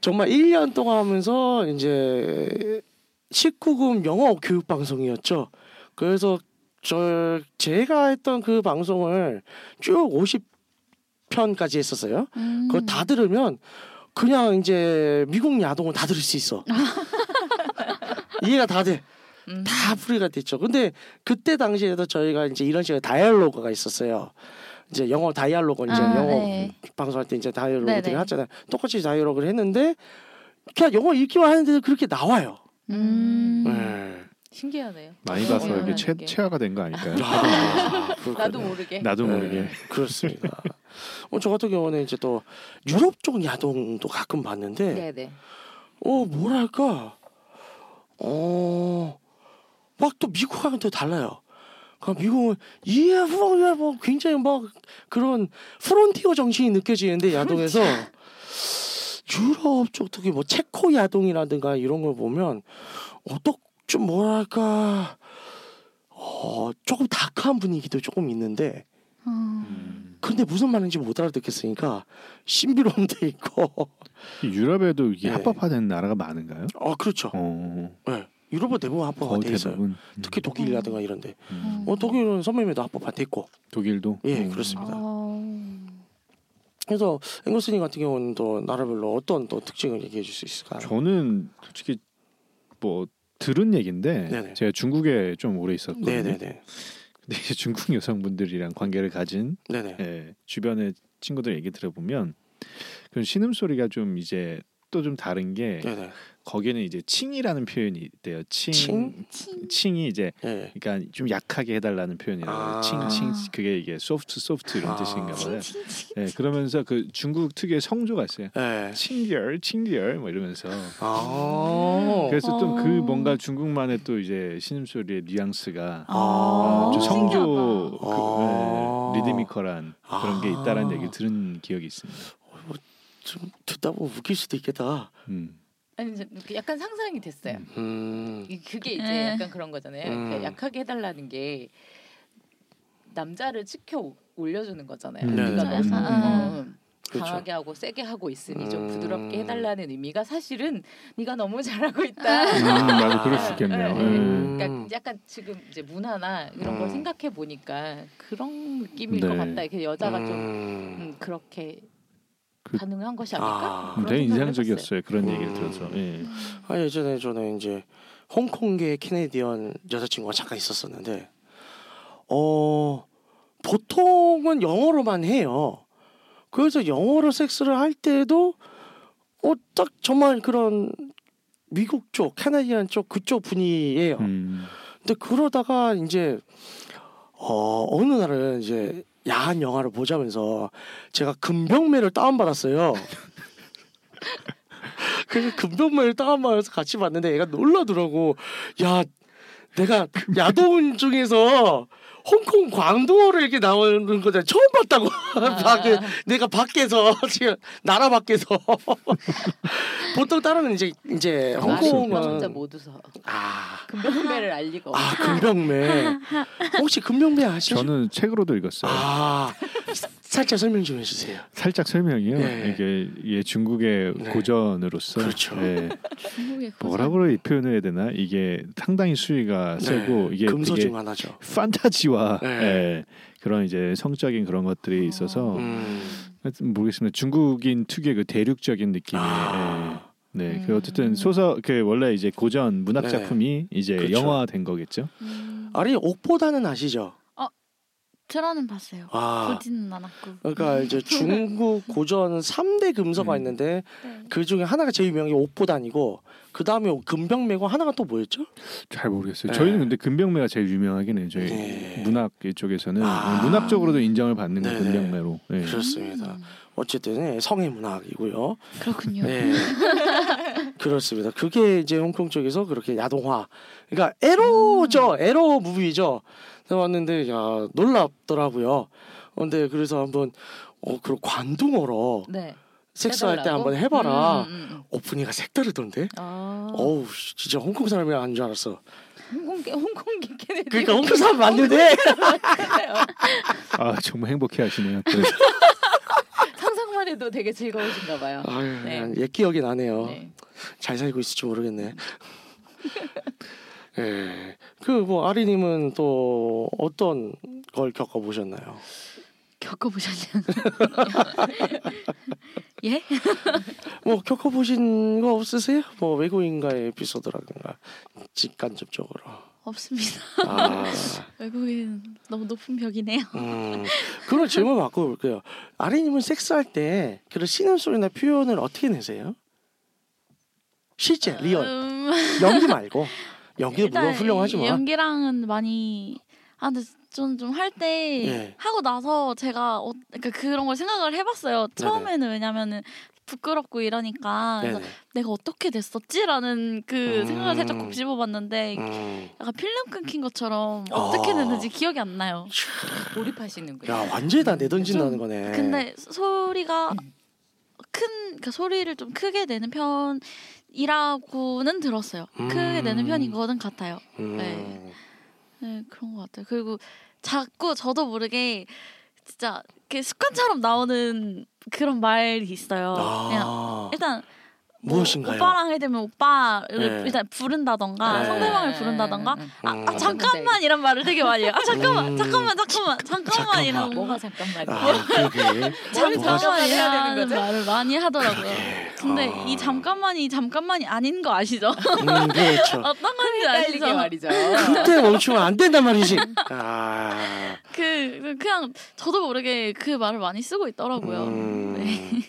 Speaker 4: 정말 1년 동안 하면서 이제 19금 영어 교육 방송이었죠. 그래서 저 제가 했던 그 방송을 쭉 50편까지 했었어요.
Speaker 8: 음.
Speaker 4: 그걸 다 들으면 그냥 이제 미국 야동을 다 들을 수 있어. 이해가 다 돼.
Speaker 6: 음.
Speaker 4: 다 풀이가 됐죠. 근데 그때 당시에도 저희가 이제 이런 식의 다이얼로그가 있었어요. 이제 영어 다이얼로그 이제
Speaker 8: 아,
Speaker 4: 영어
Speaker 8: 네.
Speaker 4: 방송할 때 이제 다이얼로그들이
Speaker 8: 네네.
Speaker 4: 하잖아요. 똑같이 다이얼로그를 했는데 그냥 영어 읽기만 하는데도 그렇게 나와요.
Speaker 8: 음.
Speaker 4: 네.
Speaker 6: 신기하네요.
Speaker 7: 많이 그 봐서 이게
Speaker 6: 영어라는 예.
Speaker 7: 최,
Speaker 6: 게.
Speaker 7: 최화가 된 거 아닐까요?
Speaker 4: 아, 그렇군요.
Speaker 6: 나도 모르게.
Speaker 7: 나도 모르게.
Speaker 4: 네, 그렇습니다. 어, 저 같은 경우는 이제 또 유럽 쪽 야동도 가끔 봤는데
Speaker 6: 네네.
Speaker 4: 어 뭐랄까 어막 또 미국하고는 또 달라요. 그러니까 미국은 이해 후방 이해 뭐 굉장히 막 그런 프론티어 정신이 느껴지는데 야동에서 유럽 쪽 특히 뭐 체코 야동이라든가 이런 걸 보면 어떡 좀 뭐랄까 어 조금 다크한 분위기도 조금 있는데
Speaker 8: 어.
Speaker 7: 음.
Speaker 4: 근데 무슨 말인지 못 알아듣겠으니까 신비로운 데 있고
Speaker 7: 유럽에도 이게
Speaker 4: 네.
Speaker 7: 합법화된 나라가 많은가요?
Speaker 4: 어 그렇죠
Speaker 7: 어.
Speaker 4: 예 유럽은 대부분 합법화
Speaker 7: 거의
Speaker 4: 돼 있어요.
Speaker 7: 대부분 음.
Speaker 4: 특히 독일이라든가 이런데
Speaker 7: 음.
Speaker 4: 어, 독일은 선배님도 합법화 돼 있고
Speaker 7: 독일도
Speaker 4: 예
Speaker 7: 음.
Speaker 4: 그렇습니다.
Speaker 8: 어...
Speaker 4: 그래서 앵글스님 같은 경우는 또 나라별로 어떤 또 특징을 얘기해 줄 수 있을까요?
Speaker 7: 저는 솔직히 뭐 들은 얘긴데
Speaker 4: 네네.
Speaker 7: 제가 중국에 좀 오래 있었거든요.
Speaker 4: 네네네
Speaker 7: 근데 이제 중국 여성분들이랑 관계를 가진
Speaker 4: 네네
Speaker 7: 예, 주변의 친구들 얘기 들어보면 그 신음 소리가 좀 이제 또 좀 다른 게
Speaker 4: 네네
Speaker 7: 거기는 이제 칭이라는 표현이 있대요. 칭,
Speaker 4: 칭?
Speaker 7: 칭이 이제
Speaker 4: 예
Speaker 7: 그러니까 좀 약하게 해달라는 표현이라고
Speaker 4: 아.
Speaker 7: 칭칭 그게 이게 소프트 소프트 이런
Speaker 4: 아.
Speaker 7: 뜻인가 봐요. 예, 그러면서 그 중국 특유의 성조가 있어요.
Speaker 4: 예.
Speaker 7: 칭결, 칭결 뭐 이러면서
Speaker 4: 아
Speaker 7: 그래서 좀 그
Speaker 8: 어.
Speaker 7: 뭔가 중국만의 또 이제 신음소리의 뉘앙스가
Speaker 4: 아,
Speaker 7: 좀 성조
Speaker 8: 어, 신기하다.
Speaker 4: 아.
Speaker 7: 그, 예, 리드미컬한 그런 게 있다라는
Speaker 4: 아.
Speaker 7: 얘기 를 들은 기억이 있습니다.
Speaker 4: 좀 듣다 보면 웃길 수도 있겠다.
Speaker 7: 음.
Speaker 9: 아니 이제 약간 상상이 됐어요.
Speaker 4: 음.
Speaker 9: 이- 그게 이제
Speaker 8: 에.
Speaker 9: 약간 그런 거잖아요.
Speaker 4: 음.
Speaker 9: 그러니까 약하게 해달라는 게 남자를 치켜 올려주는 거잖아요.
Speaker 7: 음.
Speaker 9: 우리가
Speaker 7: 네.
Speaker 9: 너무
Speaker 8: 음.
Speaker 9: 어,
Speaker 4: 그렇죠.
Speaker 9: 강하게 하고 세게 하고 있으니 좀
Speaker 4: 음.
Speaker 9: 부드럽게 해달라는 의미가 사실은 네가 너무 잘하고 있다.
Speaker 7: 음, 맞아, 그럴 수
Speaker 9: 네,
Speaker 7: 있겠네요.
Speaker 9: 네.
Speaker 7: 예.
Speaker 9: 그러니까 약간 지금 이제 문화나 이런
Speaker 4: 음.
Speaker 9: 걸 생각해 보니까 그런 느낌일
Speaker 7: 네.
Speaker 9: 것 같다. 이렇게 여자가 좀
Speaker 4: 음.
Speaker 9: 음, 그렇게
Speaker 7: 그-
Speaker 9: 반응한 것이
Speaker 4: 아.
Speaker 9: 아닐까? 그런
Speaker 7: 되게
Speaker 9: 생각을
Speaker 7: 인상적이었어요. 그런
Speaker 4: 음.
Speaker 7: 얘기를 들어서. 예.
Speaker 4: 아 예전에 저는 이제 홍콩계 캐네디언 여자친구가 잠깐 있었었는데 어 보통은 영어로만 해요. 그래서 영어로 섹스를 할 때도 어 딱 정말 그런 미국 쪽, 캐나디안 쪽 그쪽 분위예요.
Speaker 7: 음.
Speaker 4: 근데 그러다가 이제 어 어느 날은 이제 야한 영화를 보자면서 제가 금병매를 다운받았어요. 그래서 금병매를 다운받아서 같이 봤는데 얘가 놀라더라고. 야 내가 야동 중에서 홍콩 광동어를 이렇게 나오는 거잖아 처음 봤다고 밖에 내가 밖에서 지금 나라 밖에서 보통 다른 이제
Speaker 6: 아,
Speaker 4: 이제
Speaker 9: 했었어요. 나는
Speaker 4: 홍콩은
Speaker 9: 운전자 모두서
Speaker 4: 아
Speaker 9: 금배를 알리고
Speaker 4: 아 금병매 혹시 금병매 아시죠?
Speaker 7: 저는 책으로도 읽었어요.
Speaker 4: 아 살짝 설명 좀 해주세요.
Speaker 7: 살짝 설명이요.
Speaker 4: 예.
Speaker 7: 이게 이게 중국의
Speaker 4: 네.
Speaker 7: 고전으로서
Speaker 4: 그렇죠.
Speaker 7: 예.
Speaker 6: 중국의
Speaker 7: 뭐라고 이 표현을 해야 되나? 이게 상당히 수위가 세고
Speaker 4: 네,
Speaker 7: 아, 이게
Speaker 4: 금소
Speaker 7: 되게
Speaker 4: 중 하나죠.
Speaker 7: 판타지와
Speaker 4: 네.
Speaker 7: 예, 그런 이제 성적인 그런 것들이 있어서
Speaker 4: 음,
Speaker 7: 하여튼 모르겠습니다. 중국인 특유의 그 대륙적인 느낌이
Speaker 4: 아.
Speaker 7: 예. 네, 그 어쨌든 소설 그 원래 이제 고전 문학
Speaker 4: 네.
Speaker 7: 작품이 이제
Speaker 4: 그렇죠.
Speaker 7: 영화화된 거겠죠.
Speaker 8: 음.
Speaker 4: 아니 옥보다는 아시죠?
Speaker 8: 트라는 봤어요.
Speaker 4: 아
Speaker 8: 보지는 않았고.
Speaker 4: 그러니까 이제 중국 고전 3대 금서가
Speaker 7: 음.
Speaker 4: 있는데
Speaker 8: 네.
Speaker 4: 그 중에 하나가 제일 유명한 게 옥보단이고 그 다음에 금병매고 하나가 또 뭐였죠?
Speaker 7: 잘 모르겠어요.
Speaker 4: 네.
Speaker 7: 저희는 근데 금병매가 제일 유명하긴 해요. 저희
Speaker 4: 네.
Speaker 7: 문학 쪽에서는
Speaker 4: 아.
Speaker 7: 문학적으로도 인정을 받는 게
Speaker 4: 네네.
Speaker 7: 금병매로. 예.
Speaker 8: 음.
Speaker 4: 그렇습니다. 어쨌든 예, 성의 문학이고요.
Speaker 8: 그렇군요.
Speaker 4: 네. 그렇습니다. 그게 이제 홍콩 쪽에서 그렇게 야동화. 그러니까
Speaker 9: 음.
Speaker 4: 에로죠. 에로 무비죠. 나왔는데 야 놀랍더라고요. 어, 근데 그래서 한번 어 그럼 관둥어로
Speaker 9: 네.
Speaker 4: 섹스할 때
Speaker 9: 해달라고?
Speaker 4: 한번 해봐라.
Speaker 9: 음, 음, 음.
Speaker 4: 어 분위기가 색다르던데.
Speaker 9: 아.
Speaker 4: 어우 씨, 진짜 홍콩 사람이 아닌 줄 알았어.
Speaker 9: 홍콩계 홍콩계 케네디.
Speaker 4: 그러니까 홍콩 사람 맞는데.
Speaker 7: 아 정말 행복해하시네요. 또.
Speaker 9: 상상만 해도 되게 즐거우신가 봐요.
Speaker 4: 아유,
Speaker 9: 네.
Speaker 4: 옛 기억이 나네요.
Speaker 9: 네.
Speaker 4: 잘 살고 있을지 모르겠네. 예. 그뭐 아리님은 또 어떤 걸 겪어보셨나요?
Speaker 8: 겪어보셨냐고. 예?
Speaker 4: 뭐 겪어보신 거 없으세요? 뭐 외국인과의 에피소드라든가 직간접적으로.
Speaker 8: 없습니다.
Speaker 4: 아,
Speaker 8: 외국인 너무 높은 벽이네요.
Speaker 4: 음, 그런 질문 바꿔볼게요. 아리님은 섹스할 때 그런 신음 소리나 표현을 어떻게 내세요? 실제 리얼
Speaker 8: 음,
Speaker 4: 연기 말고 연기도 물론
Speaker 8: 일단
Speaker 4: 훌륭하지만
Speaker 8: 연기랑은 많이 아 근데 저는 좀 할 때
Speaker 4: 예.
Speaker 8: 하고 나서 제가 어, 그러니까 그런 걸 생각을 해봤어요. 처음에는 왜냐면은 부끄럽고 이러니까 그래서
Speaker 4: 네네.
Speaker 8: 내가 어떻게 됐었지라는 그
Speaker 4: 음.
Speaker 8: 생각을 살짝 곱씹어봤는데
Speaker 4: 음,
Speaker 8: 약간 필름 끊긴 것처럼 어떻게
Speaker 4: 아.
Speaker 8: 됐는지 기억이 안 나요.
Speaker 9: 몰입하시는군요.
Speaker 4: 야 완전히 다 내던진다는 거네. 음.
Speaker 8: 근데 소- 소리가 큰 그러니까 소리를 좀 크게 내는 편이라고는 들었어요. 크게 내는
Speaker 4: 음.
Speaker 8: 편인 거는 같아요.
Speaker 4: 음,
Speaker 8: 네. 네 그런 것 같아요. 그리고 자꾸 저도 모르게 진짜 이렇게 습관처럼 나오는 어, 그런 말이 있어요. 그냥
Speaker 4: 아,
Speaker 8: 일단 뭐
Speaker 4: 무엇인가요?
Speaker 8: 오빠랑 해야 되면 오빠를
Speaker 4: 네.
Speaker 8: 일단
Speaker 6: 아,
Speaker 8: 부른다던가
Speaker 4: 네.
Speaker 8: 상대방을 부른다던가 아,
Speaker 4: 음.
Speaker 8: 아, 잠깐만 이런 말을 되게 많이 해요. 아 잠깐만
Speaker 4: 음.
Speaker 8: 잠깐만 잠깐만 잠깐만 이런
Speaker 6: 뭐가 잠깐만.
Speaker 4: 아, 그게
Speaker 8: 잠깐만
Speaker 6: 해야 되는
Speaker 8: 이라는
Speaker 6: 거죠?
Speaker 8: 말을 많이 하더라고요. 근데
Speaker 4: 아.
Speaker 8: 이 잠깐만이 잠깐만이 아닌 거 아시죠?
Speaker 4: 음, 그렇죠.
Speaker 8: 어떤 건지
Speaker 6: 딸리게
Speaker 8: 아시죠?
Speaker 6: 말이죠.
Speaker 4: 그때 멈추면 안 된단 말이지.
Speaker 8: 음.
Speaker 4: 아,
Speaker 8: 그 그냥 저도 모르게 그 말을 많이 쓰고 있더라고요. 네.
Speaker 4: 음,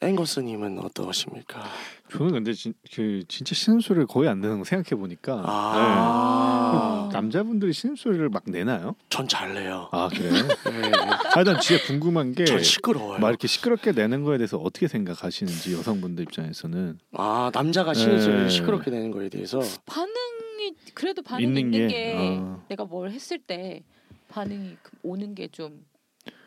Speaker 4: 앵거스님은 어떠십니까?
Speaker 7: 저는 근데 진, 그 진짜 신음소리를 거의 안 내는 거 생각해 보니까 네.
Speaker 4: 아,
Speaker 7: 남자분들이 신음소리를 막 내나요?
Speaker 4: 전 잘 내요.
Speaker 7: 아 그래요?
Speaker 4: 네.
Speaker 7: 아, 난 진짜 궁금한 게
Speaker 4: 전 시끄러워요.
Speaker 7: 막 이렇게 시끄럽게 내는 거에 대해서 어떻게 생각하시는지 여성분들 입장에서는
Speaker 4: 아, 남자가 신을
Speaker 7: 네.
Speaker 4: 시끄럽게 내는 거에 대해서
Speaker 6: 반응이 그래도 반응이 있는,
Speaker 7: 있는
Speaker 6: 게,
Speaker 7: 게, 어.
Speaker 6: 내가 뭘 했을 때 반응이 그- 오는 게 좀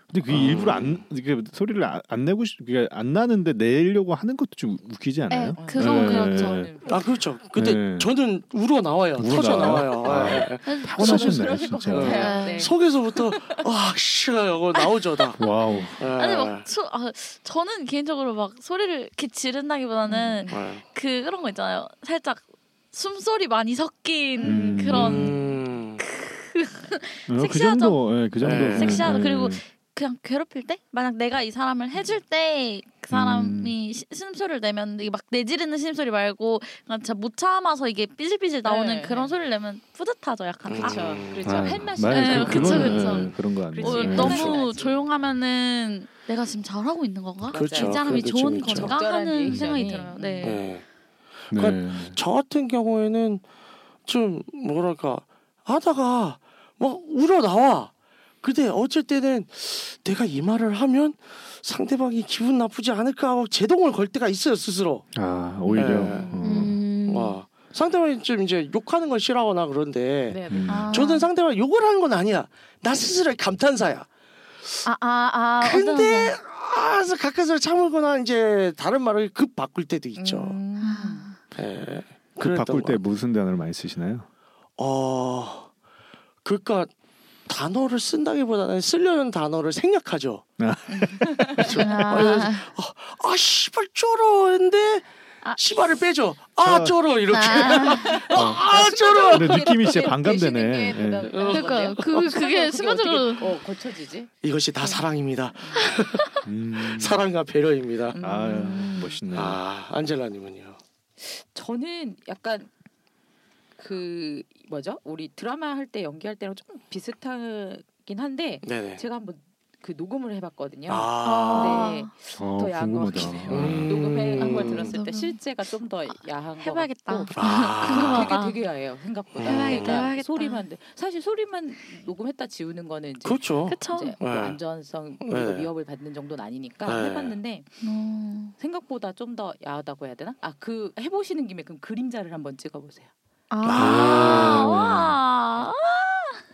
Speaker 7: 근데 그게
Speaker 4: 아.
Speaker 7: 일부러 안 이렇게 소리를 안, 안 내고 싶, 그게 안 나는데 내려고 하는 것도 좀 웃기지 않아요?
Speaker 6: 어,
Speaker 8: 네, 그거
Speaker 7: 네.
Speaker 8: 그렇죠.
Speaker 4: 아 그렇죠. 근데
Speaker 7: 네.
Speaker 4: 저는 울어 나와요.
Speaker 7: 울어
Speaker 4: 터져
Speaker 7: 나와요?
Speaker 4: 나와요.
Speaker 7: 아.
Speaker 4: 네, 네.
Speaker 7: 타고나셨네요
Speaker 6: 그러실 것
Speaker 7: 진짜.
Speaker 4: 같아요.
Speaker 6: 같아요. 네.
Speaker 4: 속에서부터 와 씨라고 나오죠 다.
Speaker 7: 와우.
Speaker 4: 네.
Speaker 8: 아니 막 소, 아, 저는 개인적으로 막 소리를 이렇게 지른다기보다는
Speaker 4: 네.
Speaker 8: 그 그런 거 있잖아요. 살짝 숨소리 많이 섞인
Speaker 7: 음.
Speaker 8: 그런
Speaker 4: 음,
Speaker 7: 어, 그
Speaker 8: 섹시하죠?
Speaker 7: 정도, 예, 그 정도.
Speaker 4: 네.
Speaker 8: 섹시하죠.
Speaker 7: 예.
Speaker 8: 그리고 그냥 괴롭힐 때 만약 내가 이 사람을 해줄 때 그 사람이 시- 신음소리를 내면 이게 막 내지르는 신음소리 말고 그냥 진짜 못 참아서 이게 삐질삐질 나오는
Speaker 6: 네.
Speaker 8: 그런 소리를 내면 뿌듯하죠 약간 아,
Speaker 6: 그렇죠.
Speaker 4: 음.
Speaker 6: 그렇죠.
Speaker 7: 아,
Speaker 6: 할 맛이
Speaker 7: 말-
Speaker 8: 네,
Speaker 6: 나요.
Speaker 7: 그-
Speaker 8: 그쵸,
Speaker 7: 그거는,
Speaker 8: 그쵸.
Speaker 7: 예, 그런 거 아니에요?
Speaker 6: 그치.
Speaker 8: 어,
Speaker 7: 예.
Speaker 8: 너무
Speaker 6: 나지.
Speaker 8: 조용하면은 내가 지금 잘하고 있는 건가?
Speaker 4: 그렇죠.
Speaker 8: 이 사람이
Speaker 4: 그렇죠,
Speaker 8: 좋은
Speaker 4: 그렇죠.
Speaker 8: 건가
Speaker 6: 적절한
Speaker 8: 하는
Speaker 6: 리액션이.
Speaker 8: 생각이 들어요. 네.
Speaker 4: 네.
Speaker 7: 네.
Speaker 4: 저 같은 경우에는 좀 뭐랄까 하다가 막 울어 나와. 근데 어쩔 때는 내가 이 말을 하면 상대방이 기분 나쁘지 않을까 하고 제동을 걸 때가 있어요 스스로.
Speaker 7: 아 오히려.
Speaker 4: 네.
Speaker 7: 어.
Speaker 8: 음.
Speaker 4: 와 상대방이 좀 이제 욕하는 걸 싫어하거나 그런데
Speaker 6: 네.
Speaker 7: 음.
Speaker 8: 아.
Speaker 4: 저는 상대방 욕을 하는 건 아니야. 나 스스로의 감탄사야.
Speaker 8: 아, 아, 아, 어떤
Speaker 4: 근데
Speaker 8: 사람?
Speaker 4: 아, 그래서 가까스로 참을거나 이제 다른 말을 급 바꿀 때도 있죠.
Speaker 6: 음.
Speaker 8: 아.
Speaker 4: 예.
Speaker 7: 그 바꿀
Speaker 4: 그랬던
Speaker 7: 때
Speaker 4: 것 같아요.
Speaker 7: 무슨 단어를 많이 쓰시나요?
Speaker 4: 어, 그러니까 단어를 쓴다기보다는 쓰려는 단어를 생략하죠.
Speaker 8: 아.
Speaker 4: 아, 씨발 쩔어 했는데
Speaker 8: 아.
Speaker 4: 씨발을 빼죠. 아,
Speaker 7: 아.
Speaker 4: 쩔어 이렇게. 아,
Speaker 7: 어.
Speaker 4: 쩔어.
Speaker 7: 근데 느낌이 진짜
Speaker 6: 내시는
Speaker 7: 반감되네.
Speaker 6: 게
Speaker 7: 예.
Speaker 6: 부담- 어,
Speaker 8: 그러니까 그 그게 순간적으로
Speaker 6: 어떻게, 어, 고쳐지지?
Speaker 4: 이것이 다 사랑입니다.
Speaker 7: 음.
Speaker 4: 사랑과 배려입니다.
Speaker 7: 아
Speaker 6: 음.
Speaker 7: 멋있네.
Speaker 4: 아, 안젤라님은요.
Speaker 6: 저는 약간 그 뭐죠? 우리 드라마 할 때 연기할 때랑 좀 비슷하긴 한데
Speaker 4: 네네.
Speaker 6: 제가 한번 그 녹음을 해봤거든요.
Speaker 4: 아,
Speaker 6: 네.
Speaker 7: 어,
Speaker 6: 더 야한 것
Speaker 7: 궁금하다.
Speaker 6: 같긴 해요.
Speaker 4: 음.
Speaker 6: 녹음해 한걸 들었을
Speaker 8: 녹음. 아,
Speaker 6: 때 실제가 좀 더 야한 것
Speaker 8: 해봐야겠다.
Speaker 6: 같고
Speaker 4: 아,
Speaker 8: 궁금하다.
Speaker 6: 되게 되게 야해요 생각보다.
Speaker 4: 해봐야겠다,
Speaker 6: 그러니까
Speaker 8: 해봐야겠다.
Speaker 6: 소리만 내- 사실 소리만 녹음했다 지우는 거는 이제
Speaker 4: 그렇죠.
Speaker 8: 그쵸?
Speaker 6: 이제
Speaker 4: 네.
Speaker 6: 뭐 안전성 그리고
Speaker 4: 네.
Speaker 6: 위협을 받는 정도는 아니니까
Speaker 4: 네.
Speaker 6: 해봤는데
Speaker 8: 어.
Speaker 6: 생각보다 좀 더 야하다고 해야 되나? 아 그 해보시는 김에 그럼 그림자를 한번 찍어보세요.
Speaker 8: 아. 와.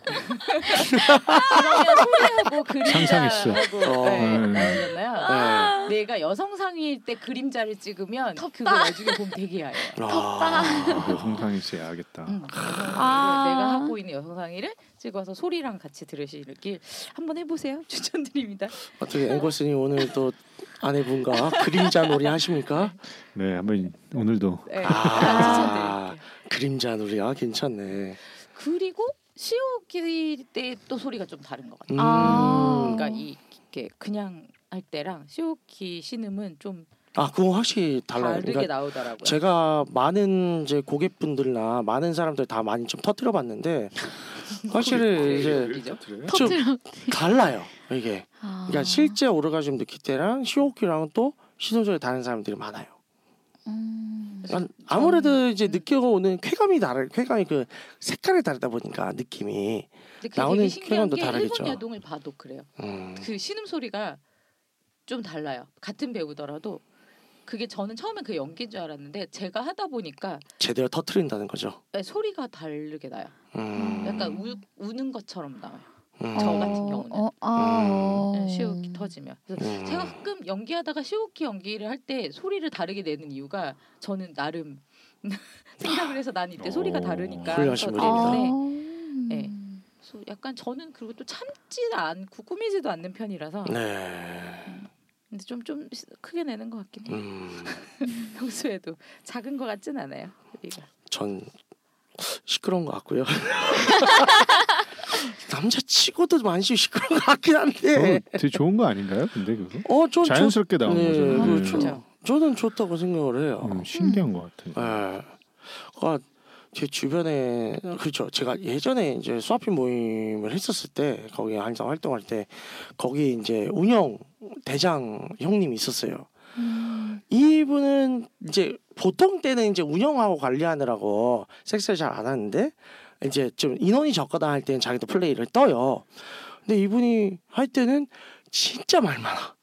Speaker 6: 그러면 소리하고
Speaker 7: 상상했어. 음.
Speaker 6: 그림자하고
Speaker 4: 어.
Speaker 6: 네, 나오잖아요.
Speaker 4: 네.
Speaker 6: 내가 여성 상위일 때 그림자를 찍으면
Speaker 8: 덥다.
Speaker 6: 그거 나중에 보면 되게 야해요.
Speaker 4: 아, 덥다.
Speaker 7: 그 홍상이 진짜 야하겠다.
Speaker 6: 음.
Speaker 8: 아.
Speaker 6: 내가 하고 있는 여성 상의를 찍어서 소리랑 같이 들으시길 한번 해보세요. 추천드립니다.
Speaker 4: 어떻게 앵거스님 오늘 또 아내분과 그림자 놀이 하십니까?
Speaker 7: 네 한번 오늘도
Speaker 6: 네,
Speaker 4: 아.
Speaker 6: 추천드릴게요.
Speaker 4: 그림자 놀이 아 괜찮네.
Speaker 6: 그리고 시오기 때 또 소리가 좀 다른 것 같아요.
Speaker 4: 음.
Speaker 8: 아.
Speaker 6: 그러니까 이- 이게 그냥 할 때랑 시오키 신음은 좀
Speaker 4: 아 그거 확실히 달라요.
Speaker 6: 다르게
Speaker 4: 그러니까
Speaker 6: 나오더라고요.
Speaker 4: 제가 많은 이제 고객분들이나 많은 사람들 다 많이 좀 터뜨려봤는데 확실히 네, 이제
Speaker 6: 그죠?
Speaker 4: 좀
Speaker 8: 터트려.
Speaker 4: 달라요 이게.
Speaker 8: 아.
Speaker 4: 그러니까 실제 오르가즘 느낄 때랑 시오키랑 또 시선소리 다른 사람들이 많아요.
Speaker 8: 음.
Speaker 4: 난
Speaker 6: 그렇죠.
Speaker 4: 아무래도 이제
Speaker 6: 네.
Speaker 4: 느껴오는 쾌감이 다를 쾌감이 그 색깔이 다르다 보니까 느낌이
Speaker 6: 근데 그게
Speaker 4: 나오는
Speaker 6: 되게 신기한
Speaker 4: 쾌감도
Speaker 6: 게
Speaker 4: 다르겠죠.
Speaker 6: 일본 야동을 봐도 그래요.
Speaker 4: 음.
Speaker 6: 그 신음 소리가 좀 달라요. 같은 배우더라도 그게 저는 처음엔 그 연기인 줄 알았는데 제가 하다 보니까
Speaker 4: 제대로 터트린다는 거죠.
Speaker 6: 네, 소리가 다르게 나요.
Speaker 4: 음.
Speaker 6: 약간 우, 우는 것처럼 나와요.
Speaker 4: 음.
Speaker 6: 저 같은 경우는.
Speaker 8: 어, 아.
Speaker 6: 네, 시오키 터지면. 그래서
Speaker 4: 음.
Speaker 6: 제가 가끔 연기하다가 시오키 연기를 할 때 소리를 다르게 내는 이유가 저는 나름 생각을 해서 난 이때
Speaker 7: 오,
Speaker 6: 소리가 다르니까.
Speaker 4: 훌륭하신
Speaker 6: 해서
Speaker 4: 분입니다.
Speaker 6: 네,
Speaker 8: 네.
Speaker 6: 그래서 약간 저는 그리고 또 참지 않고 꾸미지도 않는 편이라서
Speaker 4: 네.
Speaker 6: 근데 좀 좀 크게 내는 것 같긴 해요.
Speaker 4: 음,
Speaker 6: 평소에도 작은 것 같진 않아요. 우리가
Speaker 4: 전 시끄러운 것 같고요. 남자 치고도 많이 시끄러운 것 같긴 한데.
Speaker 7: 되게 좋은 거 아닌가요? 근데 그거
Speaker 4: 어, 전 좋-
Speaker 7: 자연스럽게 나온
Speaker 4: 네,
Speaker 7: 거잖아요.
Speaker 4: 그렇죠.
Speaker 7: 네. 네.
Speaker 4: 저는 좋다고 생각을 해요.
Speaker 7: 음, 신기한 것 같아요.
Speaker 4: 예. 아, 제 주변에 그렇죠. 제가 예전에 이제 수아핀 모임을 했었을 때 거기 항상 활동할 때 거기 이제 운영 대장 형님이 있었어요.
Speaker 8: 음.
Speaker 4: 이분은 이제 보통 때는 이제 운영하고 관리하느라고 섹스를 잘 안 하는데 이제 좀 인원이 적거나 할 때는 자기도 플레이를 떠요. 근데 이분이 할 때는 진짜 말 많아.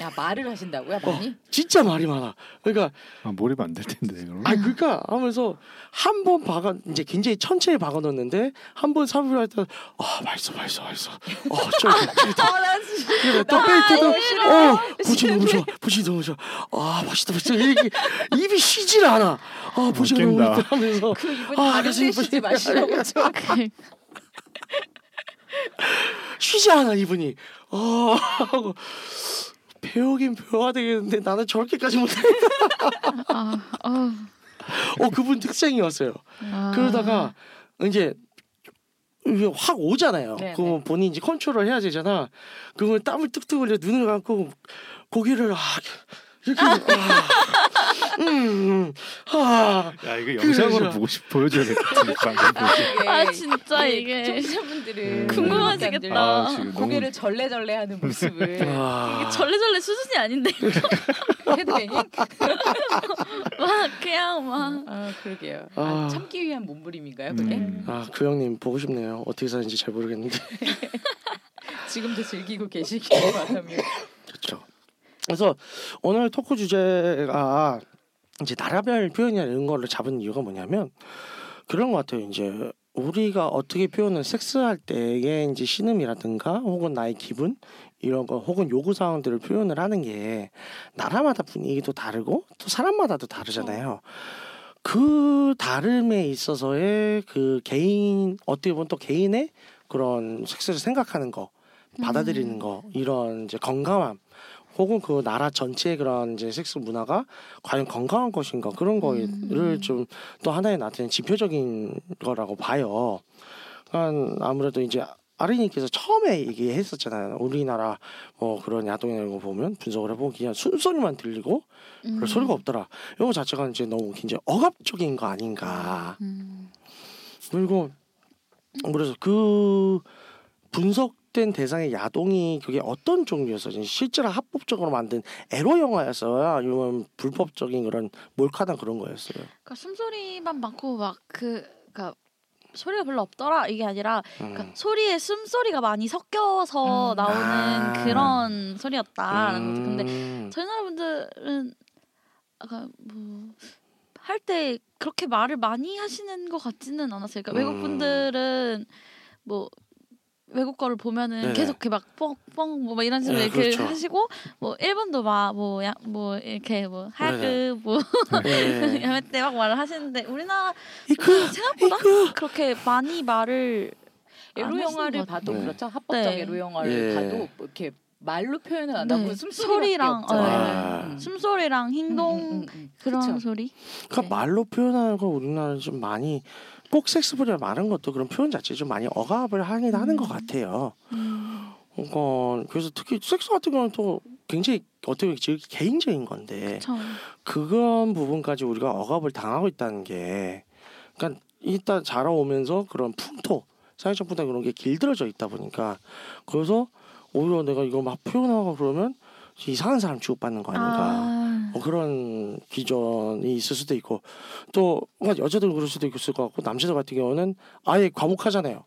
Speaker 9: 야 말을 하신다고요,
Speaker 6: 어.
Speaker 9: 많이?
Speaker 4: 진짜 말이 많아. 그러니까
Speaker 7: 아, 몰입 안 될 텐데 그럼.
Speaker 4: 아 그러니까 하면서 한 번 박아 이제 굉장히 천천히 박아 넣었는데 한 번 삽입을 할때아 맛있어 맛있어 맛있어 어 저기 저기
Speaker 9: 아,
Speaker 4: 또- 그리고 또 페이트도 어 부시 너무 좋아 부시 너무 좋아 아 맛있다 맛있다 이게 입이 쉬질 않아 아 부시 너무
Speaker 7: 웃긴다.
Speaker 4: 좋다 하면서
Speaker 9: 그 이분
Speaker 4: 아,
Speaker 9: 다른
Speaker 4: 그래서
Speaker 9: 데
Speaker 4: 이분이-
Speaker 9: 쉬지 마시라고
Speaker 4: 쉬지 않아 이분이 어 하고 배우긴 배워야 되겠는데 나는 저렇게까지 못해
Speaker 8: 아,
Speaker 4: 어 그분 특징이었어요
Speaker 8: 아.
Speaker 4: 그러다가 이제 이게 확 오잖아요.
Speaker 9: 네,
Speaker 4: 그거 본인 이제 컨트롤을 해야 되잖아. 그러면 땀을 뚝뚝 흘려 눈을 감고 고개를 아 이렇게 아, 음, 음, 아,
Speaker 7: 야 이거
Speaker 4: 그래서-
Speaker 7: 영상으로 보고 싶 보여줘야 될 것 같은데 방금.
Speaker 8: 아 진짜 이게
Speaker 9: 청자분들은
Speaker 8: 궁금하시겠다.
Speaker 7: 아 지금 너무
Speaker 9: 고개를 절레절레하는
Speaker 6: 네.
Speaker 9: 모습을
Speaker 4: 아.
Speaker 8: 절레절레 수준이 아닌데
Speaker 4: 그러니까.
Speaker 9: 헤드뱅잉?
Speaker 8: 막 그냥 막
Speaker 9: 아 그러게요.
Speaker 4: 아.
Speaker 9: 아, 참기 위한 몸부림인가요, 그게?
Speaker 7: 음.
Speaker 4: 아, 그 형님 보고 싶네요. 어떻게 사는지 잘 모르겠는데.
Speaker 9: 지금도 즐기고 계시길 바라며.
Speaker 4: 그렇죠. 그래서 오늘 토크 주제가 이제 나라별 표현이나 이런 거를 잡은 이유가 뭐냐면 그런 것 같아요. 이제 우리가 어떻게 표현을 섹스할 때의 이제 신음이라든가 혹은 나의 기분 이런 거 혹은 요구 사항들을 표현을 하는 게 나라마다 분위기도 다르고 또 사람마다도 다르잖아요. 그 다름에 있어서의 그 개인 어떻게 보면 또 개인의 그런 섹스를 생각하는 거 받아들이는 거 이런 이제 건강함 혹은 그 나라 전체의 그런 이제 섹스 문화가 과연 건강한 것인가 그런 거를 좀 또 하나의 나타낸 지표적인 거라고 봐요. 그러니까 아무래도 이제 아린님께서 처음에 얘기했었잖아요. 우리나라 뭐 그런 야동이나 이런 거 보면 분석을 해보면 그냥 순소리만 들리고
Speaker 8: 음.
Speaker 4: 별 소리가 없더라. 이거 자체가 이제 너무 굉장히 억압적인 거 아닌가.
Speaker 8: 음.
Speaker 4: 그리고 그래서 그 분석된 대상의 야동이 그게 어떤 종류였어요? 실제로 합법적으로 만든 에로 영화였어요? 아니면 불법적인 그런 몰카나 그런 거였어요?
Speaker 8: 그러니까 숨소리만 많고 막 그 그러니까 소리가 별로 없더라 이게 아니라 그러니까
Speaker 4: 음.
Speaker 8: 소리에 숨소리가 많이 섞여서
Speaker 9: 음.
Speaker 8: 나오는
Speaker 4: 아.
Speaker 8: 그런 소리였다라는 거죠. 아, 근데
Speaker 4: 음.
Speaker 8: 저희 나라 분들은 아까 뭐 할 때 그렇게 말을 많이 하시는 것 같지는 않았어요. 그러니까
Speaker 4: 음.
Speaker 8: 외국 분들은 뭐 외국 거를 보면은
Speaker 4: 네네.
Speaker 8: 계속 이렇게 막 뻥뻥 뭐막 이런 식으로
Speaker 4: 네,
Speaker 8: 이렇게
Speaker 4: 그렇죠.
Speaker 8: 하시고 뭐 일본도 막뭐뭐 뭐 이렇게 뭐 하그 뭐
Speaker 4: 네.
Speaker 8: 야매 때막 말을 하시는데 우리나라 그
Speaker 4: 이거
Speaker 8: 생각보다
Speaker 4: 이거
Speaker 8: 그렇게 많이 말을 안
Speaker 9: 에로
Speaker 8: 하시는
Speaker 9: 영화를
Speaker 8: 것 같아요.
Speaker 9: 봐도
Speaker 4: 네.
Speaker 9: 그렇죠. 합법적
Speaker 8: 네.
Speaker 9: 에로 영화를
Speaker 4: 예.
Speaker 9: 봐도 뭐 이렇게 말로 표현은 안 하고
Speaker 8: 네.
Speaker 9: 숨소리랑
Speaker 8: 소리랑,
Speaker 9: 아.
Speaker 4: 네.
Speaker 9: 음.
Speaker 8: 숨소리랑 행동 음, 그런 소리
Speaker 4: 그러니까
Speaker 8: 네.
Speaker 4: 말로 표현하는 걸 우리나라는 좀 많이 꼭 섹스보다 많은 것도 그런 표현 자체 좀 많이 억압을 하긴 하는 것 같아요. 그러니까 그래서 특히 섹스 같은 경우는 또 굉장히 어떻게 보면 되게 개인적인 건데
Speaker 8: 참
Speaker 4: 그런 부분까지 우리가 억압을 당하고 있다는 게 그러니까 일단 자라오면서 그런 풍토 사회적 풍토 그런 게 길들어져 있다 보니까 그래서 오히려 내가 이거 막 표현하고 그러면 이상한 사람 취급받는 거 아닌가
Speaker 8: 아,
Speaker 4: 뭐 그런 기전이 있을 수도 있고 또 그러니까 여자들은 그럴 수도 있을 것 같고 남자들 같은 경우는 아예 과묵하잖아요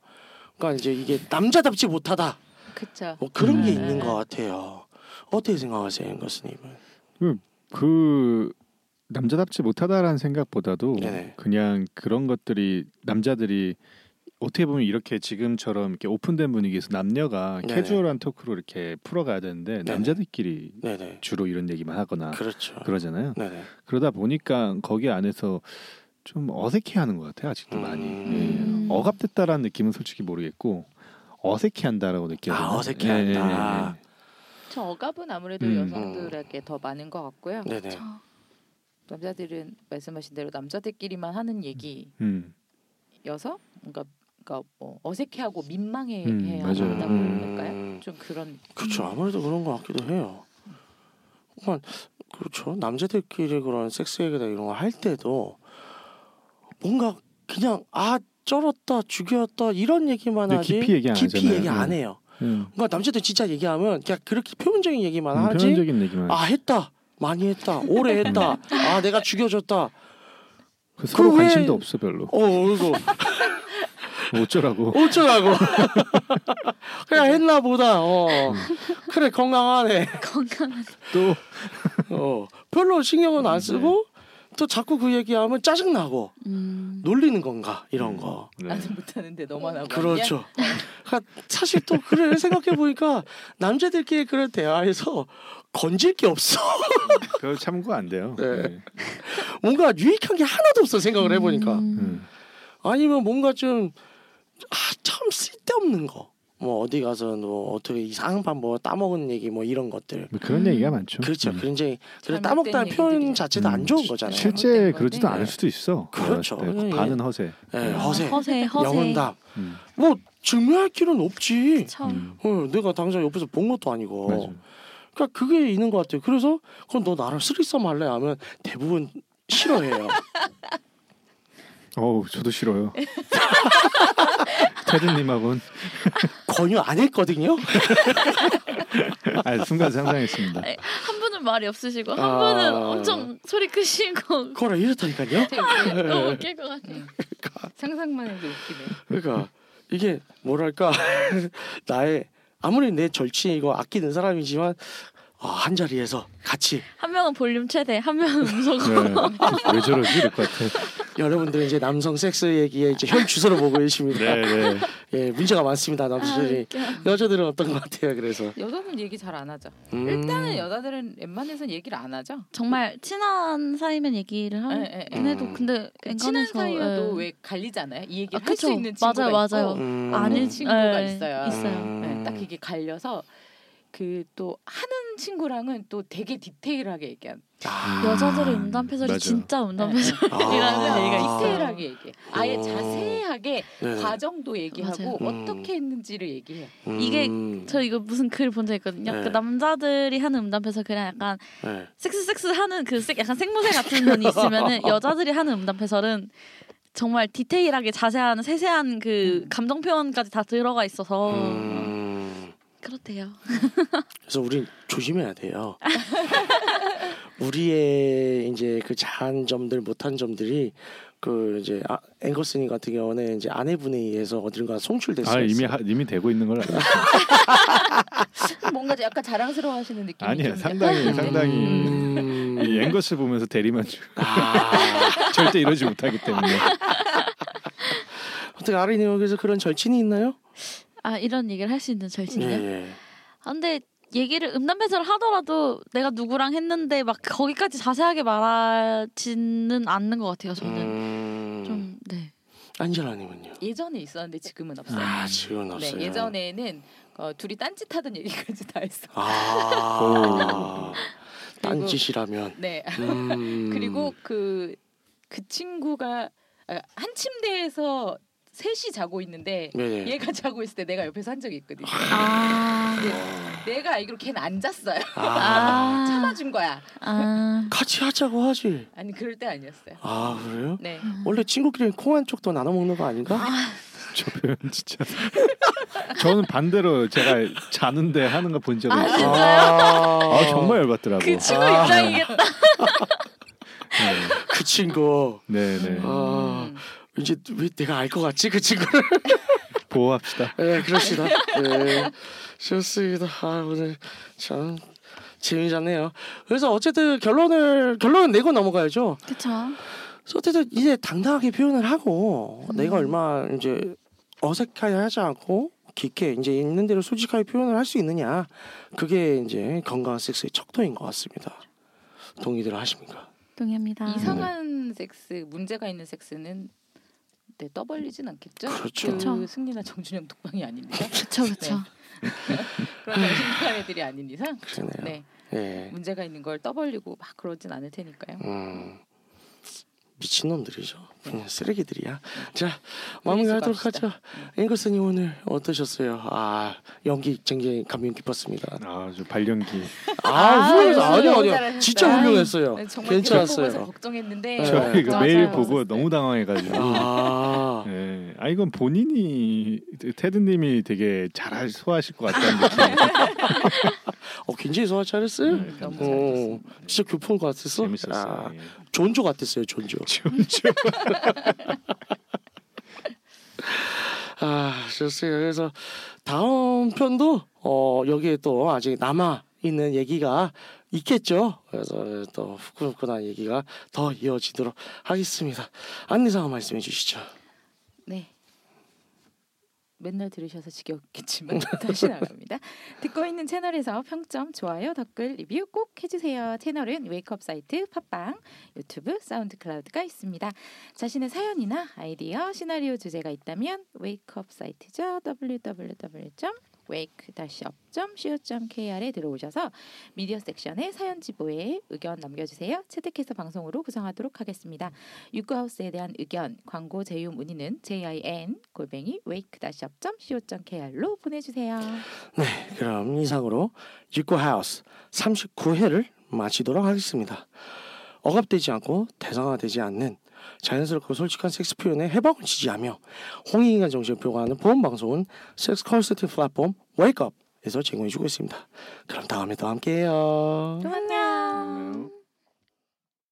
Speaker 4: 그러니까 이제 이게 남자답지 못하다
Speaker 9: 그렇죠.
Speaker 4: 뭐 그런 게
Speaker 9: 음.
Speaker 4: 있는 것 같아요 어떻게 생각하세요 앵거스님은
Speaker 7: 그 남자답지 못하다라는 생각보다도
Speaker 4: 네네.
Speaker 7: 그냥 그런 것들이 남자들이 어떻게 보면 이렇게 지금처럼 이렇게 오픈된 분위기에서 남녀가
Speaker 4: 네네.
Speaker 7: 캐주얼한 토크로 이렇게 풀어가야 되는데 남자들끼리
Speaker 4: 네네
Speaker 7: 주로 이런 얘기만 하거나
Speaker 4: 그렇죠
Speaker 7: 네, 그러잖아요.
Speaker 4: 네네
Speaker 7: 그러다 보니까 거기 안에서 좀 어색해하는 것 같아요. 아직도 많이
Speaker 4: 음.
Speaker 7: 예. 억압됐다라는 느낌은 솔직히 모르겠고 어색해한다라고 느껴요. 예,
Speaker 4: 아, 어색해한다.
Speaker 6: 그쵸 억압은 아무래도
Speaker 7: 음.
Speaker 6: 여성들에게 더 많은 것 같고요.
Speaker 4: 네네.
Speaker 6: 남자들은 말씀하신 대로 남자들끼리만 하는 얘기여서
Speaker 7: 음,
Speaker 6: 뭔가 그러니까 뭐 어색해하고 민망해해야
Speaker 7: 음, 맞아요.
Speaker 6: 한다고
Speaker 7: 음.
Speaker 6: 할까요? 좀 그런
Speaker 4: 그렇죠. 아무래도 그런 것 같기도 해요. 그만 그렇죠. 남자들끼리 그런 섹스 얘기나 이런 거 할 때도 뭔가 그냥 아 쩔었다 죽였다 이런 얘기만
Speaker 7: 근데
Speaker 4: 하지
Speaker 7: 네, 깊이 얘기 안
Speaker 4: 깊이
Speaker 7: 하잖아요.
Speaker 4: 얘기 안
Speaker 7: 음.
Speaker 4: 해요.
Speaker 7: 음,
Speaker 4: 그러니까 남자들 진짜 얘기하면 그냥 그렇게 표면적인 얘기만
Speaker 7: 음,
Speaker 4: 하지
Speaker 7: 편안적인 음. 얘기만.
Speaker 4: 아 했다 많이 했다 오래 했다 아 내가 죽여줬다
Speaker 7: 그 서로
Speaker 4: 왜-
Speaker 7: 관심도 없어 별로. 뭐
Speaker 4: 어 이거
Speaker 7: 어쩌라고.
Speaker 4: 어쩌라고 그냥 했나 보다 어 그래 건강하네 네.
Speaker 7: 또
Speaker 4: 어 별로 신경은 안 쓰고 또 자꾸 그 얘기하면 짜증 나고
Speaker 8: 음.
Speaker 4: 놀리는 건가 이런 거
Speaker 7: 네.
Speaker 9: 나는 못하는데 너만 하고
Speaker 4: 그렇죠 그러니까 사실 또 그래 생각해 보니까 남자들끼리 그런 대화에서 건질 게 없어
Speaker 7: 그걸 참고 안 돼요.
Speaker 4: 네.
Speaker 7: 네.
Speaker 4: 뭔가 유익한 게 하나도 없어 생각을 해 보니까
Speaker 7: 음.
Speaker 4: 아니면 뭔가 좀, 아, 참 쓸데없는 거. 뭐 어디 가서 뭐 어떻게 이상한 방법 따먹은 얘기 뭐 이런 것들.
Speaker 7: 뭐 그런 얘기가 많죠.
Speaker 4: 그렇죠.
Speaker 7: 음.
Speaker 4: 굉장히 그런
Speaker 9: 잘못된
Speaker 4: 따먹다는
Speaker 9: 얘기들이요.
Speaker 4: 표현 자체도 안 좋은
Speaker 7: 음,
Speaker 4: 거잖아요.
Speaker 7: 실제
Speaker 9: 잘못된
Speaker 7: 그러지도
Speaker 9: 건데.
Speaker 7: 않을 수도 있어.
Speaker 4: 그렇죠.
Speaker 7: 내가 봤을 때.
Speaker 4: 예, 예.
Speaker 7: 반은 허세.
Speaker 4: 예, 허세,
Speaker 8: 허세, 허세.
Speaker 4: 영혼담.
Speaker 7: 음.
Speaker 4: 뭐 증명할 길은 없지.
Speaker 7: 음.
Speaker 8: 참.
Speaker 4: 어, 내가 당장 옆에서 본 것도 아니고.
Speaker 7: 맞아.
Speaker 4: 그러니까 그게 있는 것 같아요. 그래서 그럼 너 나랑 스리썸 할래 하면 대부분 싫어해요.
Speaker 7: 어우 저도 싫어요. 테드님하고는
Speaker 4: 권유 안 했거든요.
Speaker 7: 아, 순간 상상했습니다.
Speaker 8: 한 분은 말이 없으시고 한
Speaker 4: 아.
Speaker 8: 분은 엄청 소리 크시고
Speaker 4: 그거라 이렇다니까요. 네.
Speaker 8: 너무 웃길 것 같아요.
Speaker 9: 그 상상만 해도 웃기네.
Speaker 4: 그러니까 이게 뭐랄까 나의 아무리 내 절친이고 아끼는 사람이지만 아, 한 자리에서 같이
Speaker 8: 한 명은 볼륨 최대, 한 명은 무서워.
Speaker 7: 네. 왜 저러지 이럴 것 같아.
Speaker 4: 여러분들은 이제 남성 섹스 얘기에 이제 현 주소를 보고 계십니다.
Speaker 7: 네.
Speaker 4: 예, 문제가 많습니다. 남성들이
Speaker 9: 아.
Speaker 4: 여자들은 어떤 것 같아요. 그래서
Speaker 9: 여자분 얘기 잘 안 하죠.
Speaker 4: 음,
Speaker 9: 일단은 여자들은 웬만해서는 얘기를 안 하죠.
Speaker 8: 정말 친한 사이면 얘기를 하는
Speaker 9: 예, 예,
Speaker 4: 음.
Speaker 8: 해도 근데
Speaker 9: 그 친한
Speaker 8: 웬간에서,
Speaker 9: 사이여도
Speaker 8: 예.
Speaker 9: 왜 갈리잖아요. 이 얘기를
Speaker 8: 아,
Speaker 9: 할 수
Speaker 8: 그쵸.
Speaker 9: 있는 친구가
Speaker 8: 맞아요,
Speaker 9: 있고
Speaker 8: 맞아요.
Speaker 4: 음,
Speaker 9: 아는
Speaker 8: 음.
Speaker 9: 친구가
Speaker 8: 예,
Speaker 9: 있어요.
Speaker 8: 있어요.
Speaker 9: 네, 딱 이게 갈려서 그 또 하는 친구랑은 또 되게 디테일하게 얘기한 예.
Speaker 4: 아,
Speaker 8: 여자들의 음담 패설이
Speaker 7: 맞아.
Speaker 8: 진짜 음담
Speaker 9: 네.
Speaker 8: 패설.
Speaker 9: 이라는
Speaker 4: 아,
Speaker 9: 얘기가 디테일하게 얘기해. 아예
Speaker 4: 오.
Speaker 9: 자세하게
Speaker 4: 네네.
Speaker 9: 과정도 얘기하고
Speaker 4: 맞아요. 음.
Speaker 9: 어떻게 했는지를 얘기해.
Speaker 8: 이게
Speaker 4: 음,
Speaker 8: 저 이거 무슨 글 본 적 있거든요.
Speaker 4: 네.
Speaker 8: 그 남자들이 하는 음담 패설 그냥 약간
Speaker 4: 네.
Speaker 8: 섹스 섹스 하는 그 섹- 약간 생모세 같은 면이 있으면은 여자들이 하는 음담 패설은 정말 디테일하게 자세한 세세한 그 감정 표현까지 다 들어가 있어서
Speaker 4: 음,
Speaker 8: 그렇대요.
Speaker 4: 그래서 우린 조심해야 돼요. 우리의 이제 그 잘한 점들 못한 점들이 그 이제 아, 앵거스님 같은 경우는 이제 아내분에 의해서 어디론가 송출됐어요.
Speaker 7: 아 이미 하, 이미 되고 있는 걸 알아요.
Speaker 9: 뭔가 약간 자랑스러워하시는 느낌이
Speaker 7: 아니야
Speaker 9: 좀
Speaker 7: 상당히 예.
Speaker 9: 약간
Speaker 7: 상당히 이 앵거스 보면서 대리만 주
Speaker 4: 음. 아,
Speaker 7: 절대 이러지 못하기 때문에
Speaker 4: 어떻게 아리님 여기서 그런 절친이 있나요?
Speaker 8: 아 이런 얘기를 할 수 있는
Speaker 9: 네.
Speaker 8: 절친이요.
Speaker 4: 예.
Speaker 8: 아, 근데 얘기를 음담 패설을 하더라도 내가 누구랑 했는데 막 거기까지 자세하게 말하지는 않는 것 같아요. 저는
Speaker 4: 음,
Speaker 8: 좀 네.
Speaker 4: 안젤라님은요.
Speaker 9: 예전에 있었는데 지금은 없어요.
Speaker 4: 아 지금 없어요.
Speaker 9: 네, 예전에는 어, 둘이 딴짓하던 얘기까지 다 했어.
Speaker 4: 아, 딴
Speaker 9: 그리고-
Speaker 4: 짓이라면.
Speaker 9: 네.
Speaker 4: 음.
Speaker 9: 그리고 그 그 친구가 아, 한 침대에서 셋이 자고 있는데
Speaker 4: 네네.
Speaker 9: 얘가 자고 있을 때 내가 옆에서 한 적이 있거든요.
Speaker 8: 아.
Speaker 9: 내가 알기로 걔는 안 잤어요.
Speaker 4: 아,
Speaker 9: 참아준 거야.
Speaker 8: 아.
Speaker 4: 같이 하자고 하지.
Speaker 9: 아니 그럴 때 아니었어요.
Speaker 4: 아 그래요?
Speaker 9: 네.
Speaker 4: 원래 친구끼리 콩 한 쪽도 나눠 먹는 거 아닌가?
Speaker 7: 저 표현 진짜 저는 반대로 제가 자는데 하는 거 본 적이 있어요.
Speaker 4: 아,
Speaker 7: 아 정말 아, 열받더라고.
Speaker 8: 그 친구 입장이겠다.
Speaker 4: 그 친구.
Speaker 7: 네네
Speaker 4: 아
Speaker 9: 음.
Speaker 6: 음.
Speaker 4: 이제 왜 내가 알 것 같지 그 친구를?
Speaker 7: 보호합시다.
Speaker 4: 네 그렇습니다. 네 좋습니다. 아 오늘 참 재미잖네요. 그래서 어쨌든 결론을 결론은 내고 넘어가야죠.
Speaker 8: 그쵸.
Speaker 4: 그래서 어쨌든 이제 당당하게 표현을 하고 내가 얼마 이제 어색하게 하지 않고 깊게 이제 있는 대로 솔직하게 표현을 할 수 있느냐 그게 이제 건강한 섹스의 척도인 것 같습니다. 동의들 하십니까? 음.
Speaker 8: 동의합니다.
Speaker 9: 이상한 섹스 문제가 있는 섹스는 저한테 떠벌리진 않겠죠?
Speaker 4: 그렇죠.
Speaker 9: 그 승리나 정준영 독방이 아닌 이상
Speaker 8: 그쵸
Speaker 4: 네.
Speaker 8: 그쵸.
Speaker 9: 그런 신기한 애들이 아닌 이상
Speaker 4: 그러네요.
Speaker 9: 네
Speaker 4: 예.
Speaker 9: 문제가 있는 걸 떠벌리고 막 그러진 않을 테니까요.
Speaker 4: 음, 미친놈들이죠. 그냥 쓰레기들이야. 자, 마무리하도록 하죠.
Speaker 9: 갑시다.
Speaker 4: 앵거스님 오늘 어떠셨어요? 아, 연기 굉장히 감명 깊었습니다.
Speaker 7: 아주 발령기.
Speaker 4: 아, 훌륭했어.
Speaker 8: 아,
Speaker 4: 아니요,
Speaker 8: 너무
Speaker 4: 아니요.
Speaker 8: 잘하셨다.
Speaker 4: 진짜 훌륭했어요.
Speaker 9: 네, 정말
Speaker 4: 그렇죠. 괜찮았어요.
Speaker 9: 보면서 걱정했는데
Speaker 4: 네.
Speaker 7: 저 이거
Speaker 8: 맞아요.
Speaker 7: 매일 보고 너무 당황해가지고.
Speaker 4: 아,
Speaker 7: 예. 아 이건 본인이 테드님이 되게 잘 소화하실 것 같다는
Speaker 9: 아,
Speaker 7: 느낌.
Speaker 4: 어, 굉장히 소화 잘했어요.
Speaker 7: 네,
Speaker 9: 너무
Speaker 7: 감사합니다.
Speaker 4: 어, 진짜 교포인 것 같았어.
Speaker 7: 재밌었어요.
Speaker 4: 아,
Speaker 7: 예.
Speaker 4: 존조 같았어요, 존조. 아, 좋습니다. 그래서 다음 편도 어, 여기에 또 아직 남아 있는 얘기가 있겠죠. 그래서 또 후끈후끈한 얘기가 더 이어지도록 하겠습니다. 안내사항 말씀해 주시죠.
Speaker 6: 네. 맨날 들으셔서 지겹겠지만 다시 나갑니다. 듣고 있는 채널에서 평점, 좋아요, 댓글, 리뷰 꼭 해주세요. 채널은 웨이크업 사이트, 팟빵, 유튜브, 사운드 클라우드가 있습니다. 자신의 사연이나 아이디어, 시나리오 주제가 있다면 웨이크업 사이트죠. www.wake-up.co.kr에 들어오셔서 미디어 섹션에 사연 지보에 의견 남겨주세요. 채택해서 방송으로 구성하도록 하겠습니다. 유쿠하우스에 대한 의견, 광고 제휴 문의는 jin 골뱅이 wake-up.co.kr로 보내주세요.
Speaker 4: 네, 그럼 이상으로 육구 하우스 39회를 마치도록 하겠습니다. 억압되지 않고 대상화되지 않는 자연스럽고 솔직한 섹스 표현의 해방을 지지하며 홍익인간 정신을 표방하는 보험 방송은 섹스 컨설팅 플랫폼 웨이크업에서 제공해주고 있습니다. 그럼 다음에 또 함께해요.
Speaker 6: 안녕.
Speaker 7: 아.